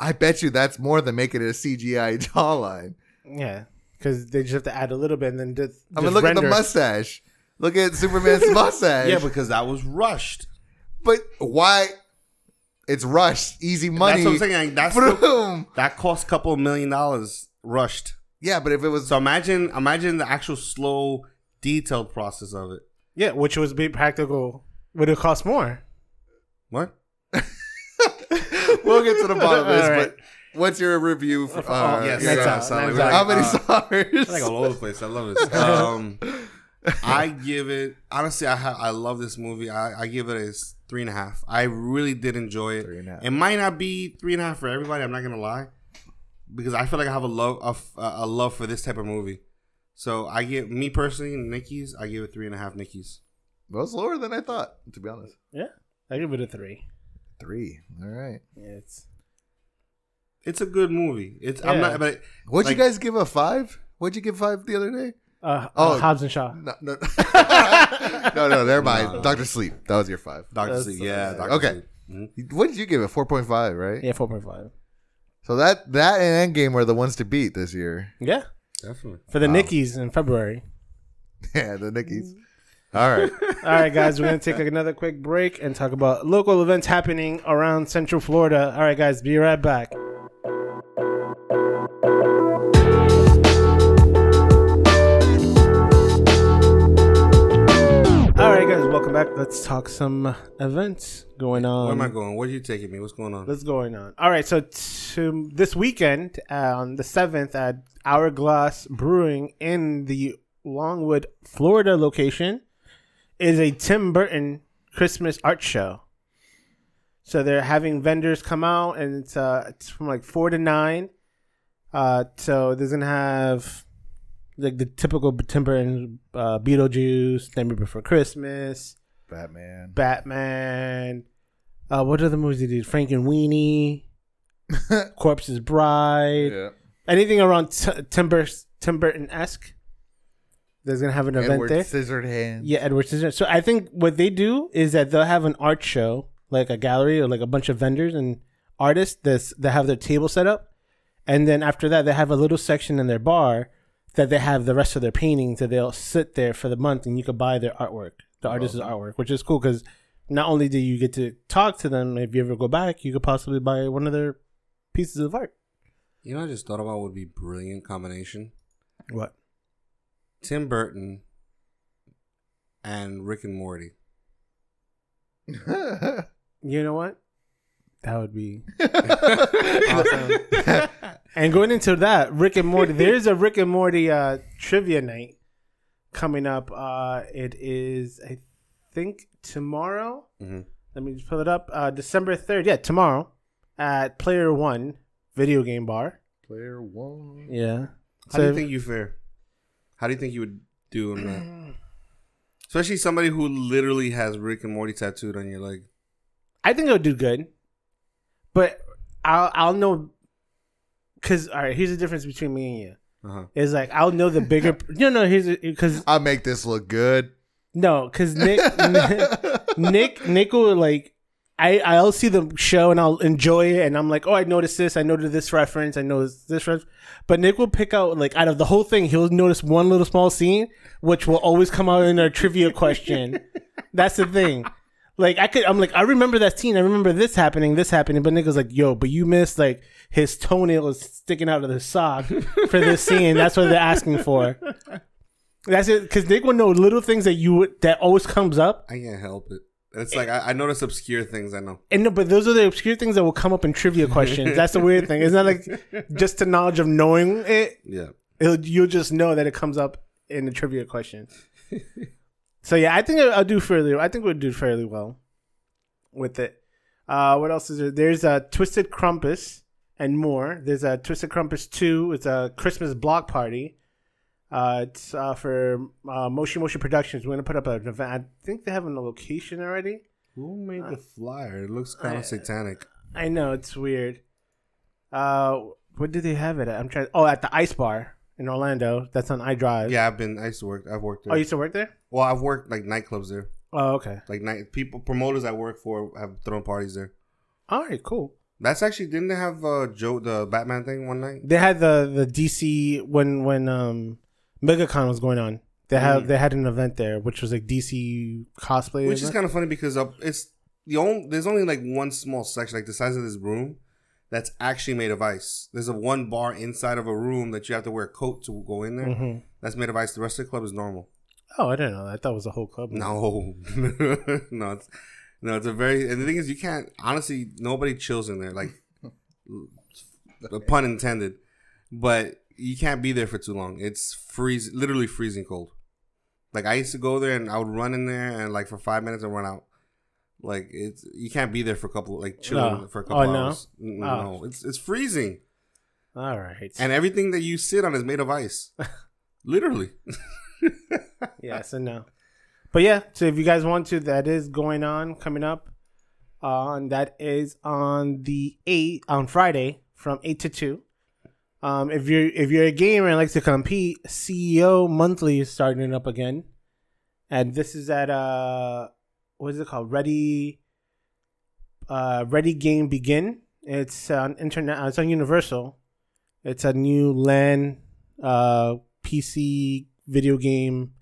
I bet you that's more than making it a CGI jawline. yeah because they just have to add a little bit and then just, I mean, just look at render. the mustache. Look at Superman's mustache. yeah, because that was rushed. but why? It's rushed, easy money. That's what I'm saying. Like, that's the- Boom. that cost a couple million dollars rushed. Yeah, but if it was So imagine imagine the actual slow, detailed process of it. yeah which was be practical would have cost more What? we'll get to the bottom of this, All right. but what's your review? For, uh, yes, your- Nights yeah, Out, solid. Nights We're Out. how like, many uh, stars? Like all over the place. I love this. Um, I give it honestly. I ha- I love this movie. I, I give it a s- three and a half. I really did enjoy it. Three and a half. It might not be three and a half for everybody. I'm not gonna lie, because I feel like I have a love a f- a, a love for this type of movie. So I give me personally, Nickies. I give it three and a half Nickies. That was lower than I thought, to be honest. yeah i give it a three Three. All right. It's It's a good movie. It's I'm Yeah. not, but What'd Like- you guys give a five? What'd you give five the other day? uh, Oh. uh, Hobbs and Shaw. No, no, no, no. Never mind. Doctor Sleep. That was your five. Doctor That's- Sleep. Yeah. uh, Dr. okay. Sleep. Mhm. What did you give it? Four point five, right? Yeah, four point five. So that that and Endgame are the ones to beat this year. Yeah, Definitely. for the Nickies in February. Yeah, the Nickies. All right. All right, guys, we're gonna take another quick break and talk about local events happening around Central Florida. All right, guys, be right back. All right, guys, welcome back. Let's talk some events going on. Where am I going? Where are you taking me? What's going on? What's going on? All right, so to, this weekend uh, on the seventh at Hourglass Brewing in the Longwood, Florida location is a Tim Burton Christmas art show. So they're having vendors come out, and it's uh it's from like four to nine. Uh, so they're gonna have like the typical Tim Burton, uh, Beetlejuice, Nightmare Before Christmas. Batman. Batman. Uh, what other movies did he do? Frank and Weenie, Corpse's Bride. Yeah. Anything around t- Tim, Bur- Tim Burton esque. There's gonna have an event Edward there. Scissored Hand. yeah, Edward Scissorhands. So I think what they do is that they'll have an art show, like a gallery or like a bunch of vendors and artists that that have their table set up, and then after that they have a little section in their bar that they have the rest of their paintings that they'll sit there for the month and you could buy their artwork, the artist's artwork, which is cool because not only do you get to talk to them, if you ever go back, you could possibly buy one of their pieces of art. You know, what I just thought about would be brilliant combination: What? Tim Burton and Rick and Morty. You know what? That would be awesome. and going into that, Rick and Morty, there's a Rick and Morty uh, trivia night coming up. Uh, it is, I think, tomorrow. Mhm. Let me just pull it up. Uh, December 3rd. Yeah, tomorrow at Player One Video Game Bar. Player one. Yeah. How do you think you fare? How do you think you would do in that? Especially somebody who literally has Rick and Morty tattooed on your leg. I think it'll do good, but I'll I'll know because all right. Here's the difference between me and you. Uh-huh. Is like I'll know the bigger. no, no, here's because I make this look good. no, because Nick, Nick, Nick will like. I I'll see the show and I'll enjoy it and I'm like, oh, I noticed this. I noticed this reference. I noticed this reference. But Nick will pick out like out of the whole thing, he'll notice one little small scene, which will always come out in a trivia question. That's the thing. Like I could, I'm like, I remember that scene. I remember this happening, this happening. But Nick was like, "Yo, but you missed like his toenail is sticking out of the sock for this scene. That's what they're asking for. That's it. Because Nick will know little things that you would- that always comes up. I can't help it. It's like I, I notice obscure things I know. And no, but those are the obscure things that will come up in trivia questions. That's the weird thing. It's not like just the knowledge of knowing it. Yeah. It'll, you'll just know that it comes up in the trivia question. so yeah, I think I'll, I'll do fairly. I think we'll do fairly well with it. Uh, what else is there? There's a Twisted Crumpus and more. There's a Twisted Crumpus two. It's a Christmas block party. Uh, it's uh, for uh, Moshi Moshi Productions. We're gonna put up an event. I think they have a location already. Who made the flyer? It looks kind I- of satanic. I know it's weird. Uh, what do they have it at? I'm trying. Oh, at the Ice Bar in Orlando. That's on iDrive. Yeah, I've been. I used to work. I've worked Oh, there. you used to work there? well, I've worked like nightclubs there. Oh, okay. Like night people promoters I work for have thrown parties there. All right, cool. That's actually didn't they have uh, Joe the Batman thing one night? They had the the DC when when um MegaCon was going on. They had they had an event there, which was like DC cosplay. Mm. Which is event. kind of funny because uh, it's the only there's only like one small section, like the size of this room, that's actually made of ice. There's a one bar inside of a room that you have to wear a coat to go in there. Mhm. That's made of ice. The rest of the club is normal. oh, I didn't know. that. I thought it was a whole club. No, no, it's, no. It's a very and the thing is, you can't honestly. Nobody chills in there, like the pun intended. But you can't be there for too long. It's freeze, literally freezing cold. Like I used to go there and I would run in there and like for five minutes and run out. Like it's you can't be there for a couple like chilling No. for a Oh, couple no? hours. Mm, Oh. No, it's it's freezing All right. and everything that you sit on is made of ice. literally. yeah, so no. But yeah, so if you guys want to, that is going on coming up. Uh, and that is on the eight on Friday from eight to two. Um, if you're if you're a gamer and likes to compete, CEO Monthly is starting up again, and this is at uh, what is it called? Ready, uh, Ready Game Begin. It's on internet. uh, It's on Universal. It's a new LAN uh, PC video game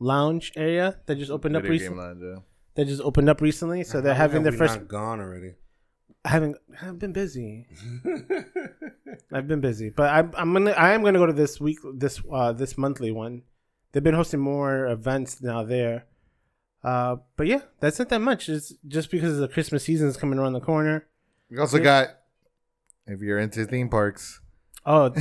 lounge area that just opened up Video game recently. line, yeah. That just opened up recently, so they're How having have their we first. not gone already. I haven't. I've been busy. I've been busy, but I'm. I'm gonna. I am gonna go to this week. This uh. This monthly one. They've been hosting more events now there. Uh, but yeah, that's not that much. It's just because the Christmas season is coming around the corner. We also got if you're into theme parks Oh,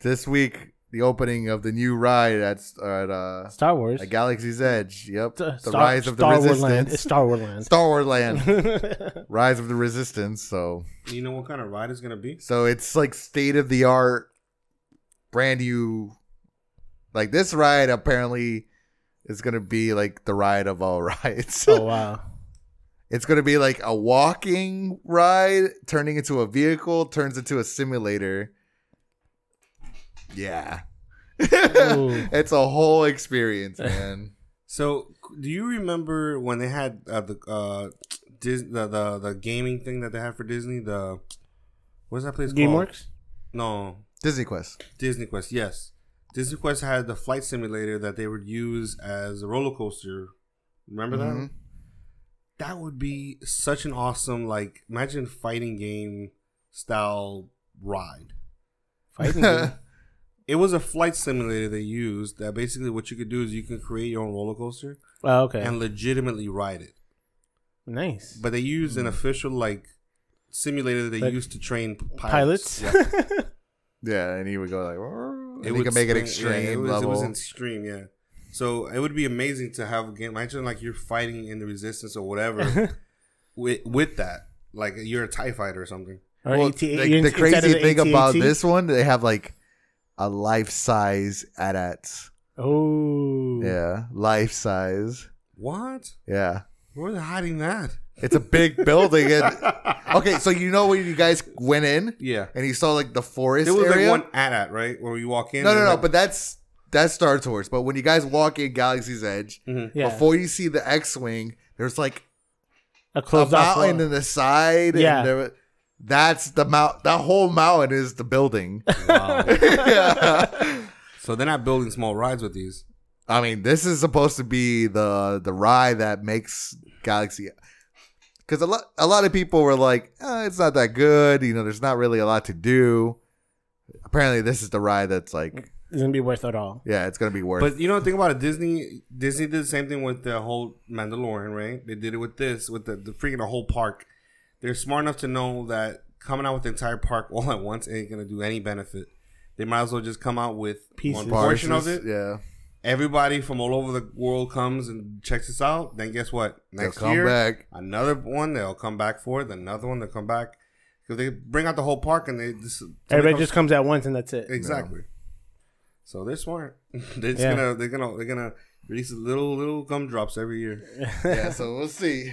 this week, the opening of the new ride at uh, at, uh, Star Wars. at Galaxy's Edge. Yep, Uh, the Star- rise of the Star Wars Land. It's resistance. Star Wars Land. Star Wars Land, rise of the resistance. So You know what kind of ride it's gonna be? So it's like state of the art, brand new. Like this ride apparently is gonna be like the ride of all rides. oh wow. it's gonna be like a walking ride turning into a vehicle, turns into a simulator. Yeah. it's a whole experience, man. So, do you remember when they had uh, the uh, Dis- the, the the gaming thing that they had for Disney? The what's that place called? GameWorks. No, Disney Quest. Disney Quest. Yes, Disney Quest had the flight simulator that they would use as a roller coaster. Remember Mhm. that? That would be such an awesome like imagine fighting game style ride. Fighting. game. It was a flight simulator they used that basically what you could do is you can create your own roller coaster oh okay. and legitimately ride it. nice. But they used an official like simulator that they Mm. Like, used to train p- pilots. Pilots. Yeah. Yeah, and he would go like, "Whoa," and he would could make it spin- yeah, extreme it was, level. It was extreme, yeah. So it would be amazing to have a game. Imagine like you're fighting in the resistance or whatever with with that. Like you're a Tie Fighter or something. Or Well, AT-AT, the, you're the inside of crazy the thing about AT-AT? this one, they have like a life size at at Oh. yeah, life size What? yeah. Where are they hiding that? It's a big building. And okay, so you know when you guys went in Yeah. and you saw like the forest There was area. like one at at right where you walk in. no, no, and no. like- But that's that's Star Tours. But when you guys walk in Galaxy's Edge, Yeah, before you see the X-wing, there's like a a closed off. mountain floor. in the side. Yeah. and there, that's the mount. That whole mountain is the building. mm-hmm. Wow. yeah. so they're not building small rides with these. I mean, this is supposed to be the the ride that makes Galaxy. Because a lot a lot of people were like, "Uh, it's not that good. You know, there's not really a lot to do. Apparently, this is the ride that's like, It's gonna be worth it all. yeah, it's gonna be worth. But you know, think about it. Disney, Disney did the same thing with the whole Mandalorian, right? They did it with this, with the, the freaking the whole park. They're smart enough to know that coming out with the entire park all at once ain't gonna do any benefit. They might as well just come out with Pieces. one portion of it. Parses, yeah. Everybody from all over the world comes and checks this out. Then guess what? Next They'll come year, back. another one they'll come back for it. Another one they'll come back because they bring out the whole park and they just Everybody just comes at once and that's it. Exactly. So they're smart. they're just Yeah. gonna they're gonna they're gonna release little little gumdrops every year. yeah. So we'll see.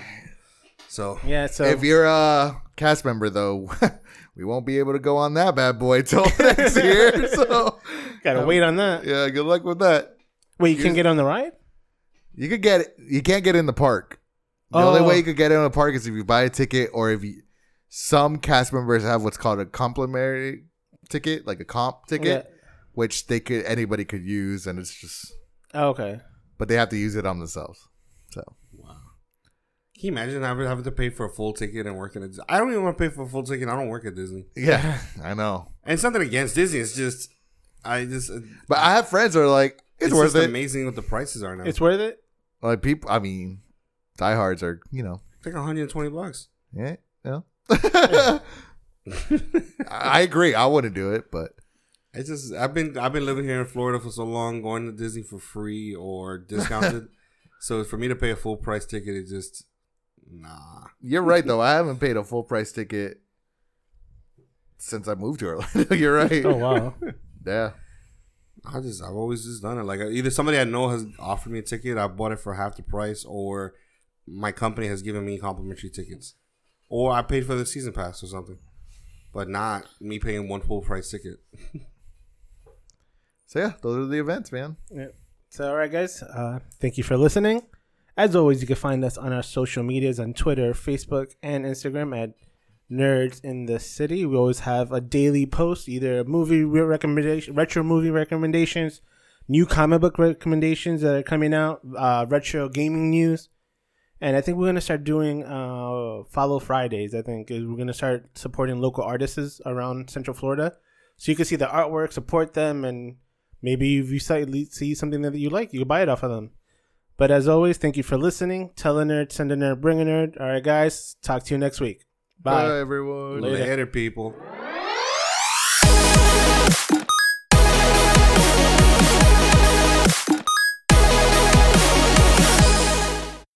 So Yeah, so If you're a cast member, though, we won't be able to go on that bad boy till next year. So gotta wait on that. yeah, good luck with that. Wait, you can get on the ride? You could get you can't get in the park. The only Oh. way you could get in the park is if you buy a ticket or if you, some cast members have what's called a complimentary ticket, like a comp ticket, which they could anybody could use and it's just Oh, okay. but they have to use it on themselves. So can you imagine having, having to pay for a full ticket and working at Dis- I don't even want to pay for a full ticket. I don't work at Disney. yeah, I know. And it's nothing against Disney. It's just I just it's, But I have friends that are like, it's, worth just it. amazing what the prices are now. It's It's worth it? Like people I mean, diehards are, you know, like 120 bucks. yeah, yeah. I I agree. I wouldn't do it, but It's just I've been I've been living here in Florida for so long, going to Disney for free or discounted. so for me to pay a full price ticket, it just nah. You're right though. I haven't paid a full price ticket since I moved to Orlando. You're right. Oh wow. Yeah. I just I've always just done it. Like uh, either somebody I know has offered me a ticket, I bought it for half the price, or my company has given me complimentary tickets, or I paid for the season pass or something, but not me paying one full price ticket. So yeah, those are the events, man. Yeah. So, all right, guys. Uh, thank you for listening. As always, you can find us on our social medias on Twitter, Facebook, and Instagram at Nerds in the City. We always have a daily post, either movie re- recommendation, retro movie recommendations, new comic book recommendations that are coming out, uh, retro gaming news. And I think we're gonna start doing uh, follow Fridays. I think is we're gonna start supporting local artists around Central Florida, so you can see the artwork, support them, and maybe if you see see something that you like, you can buy it off of them. But as always, thank you for listening. Tell a nerd, send a nerd, bring a nerd. All right, guys, talk to you next week. Bye. everyone. Later, people.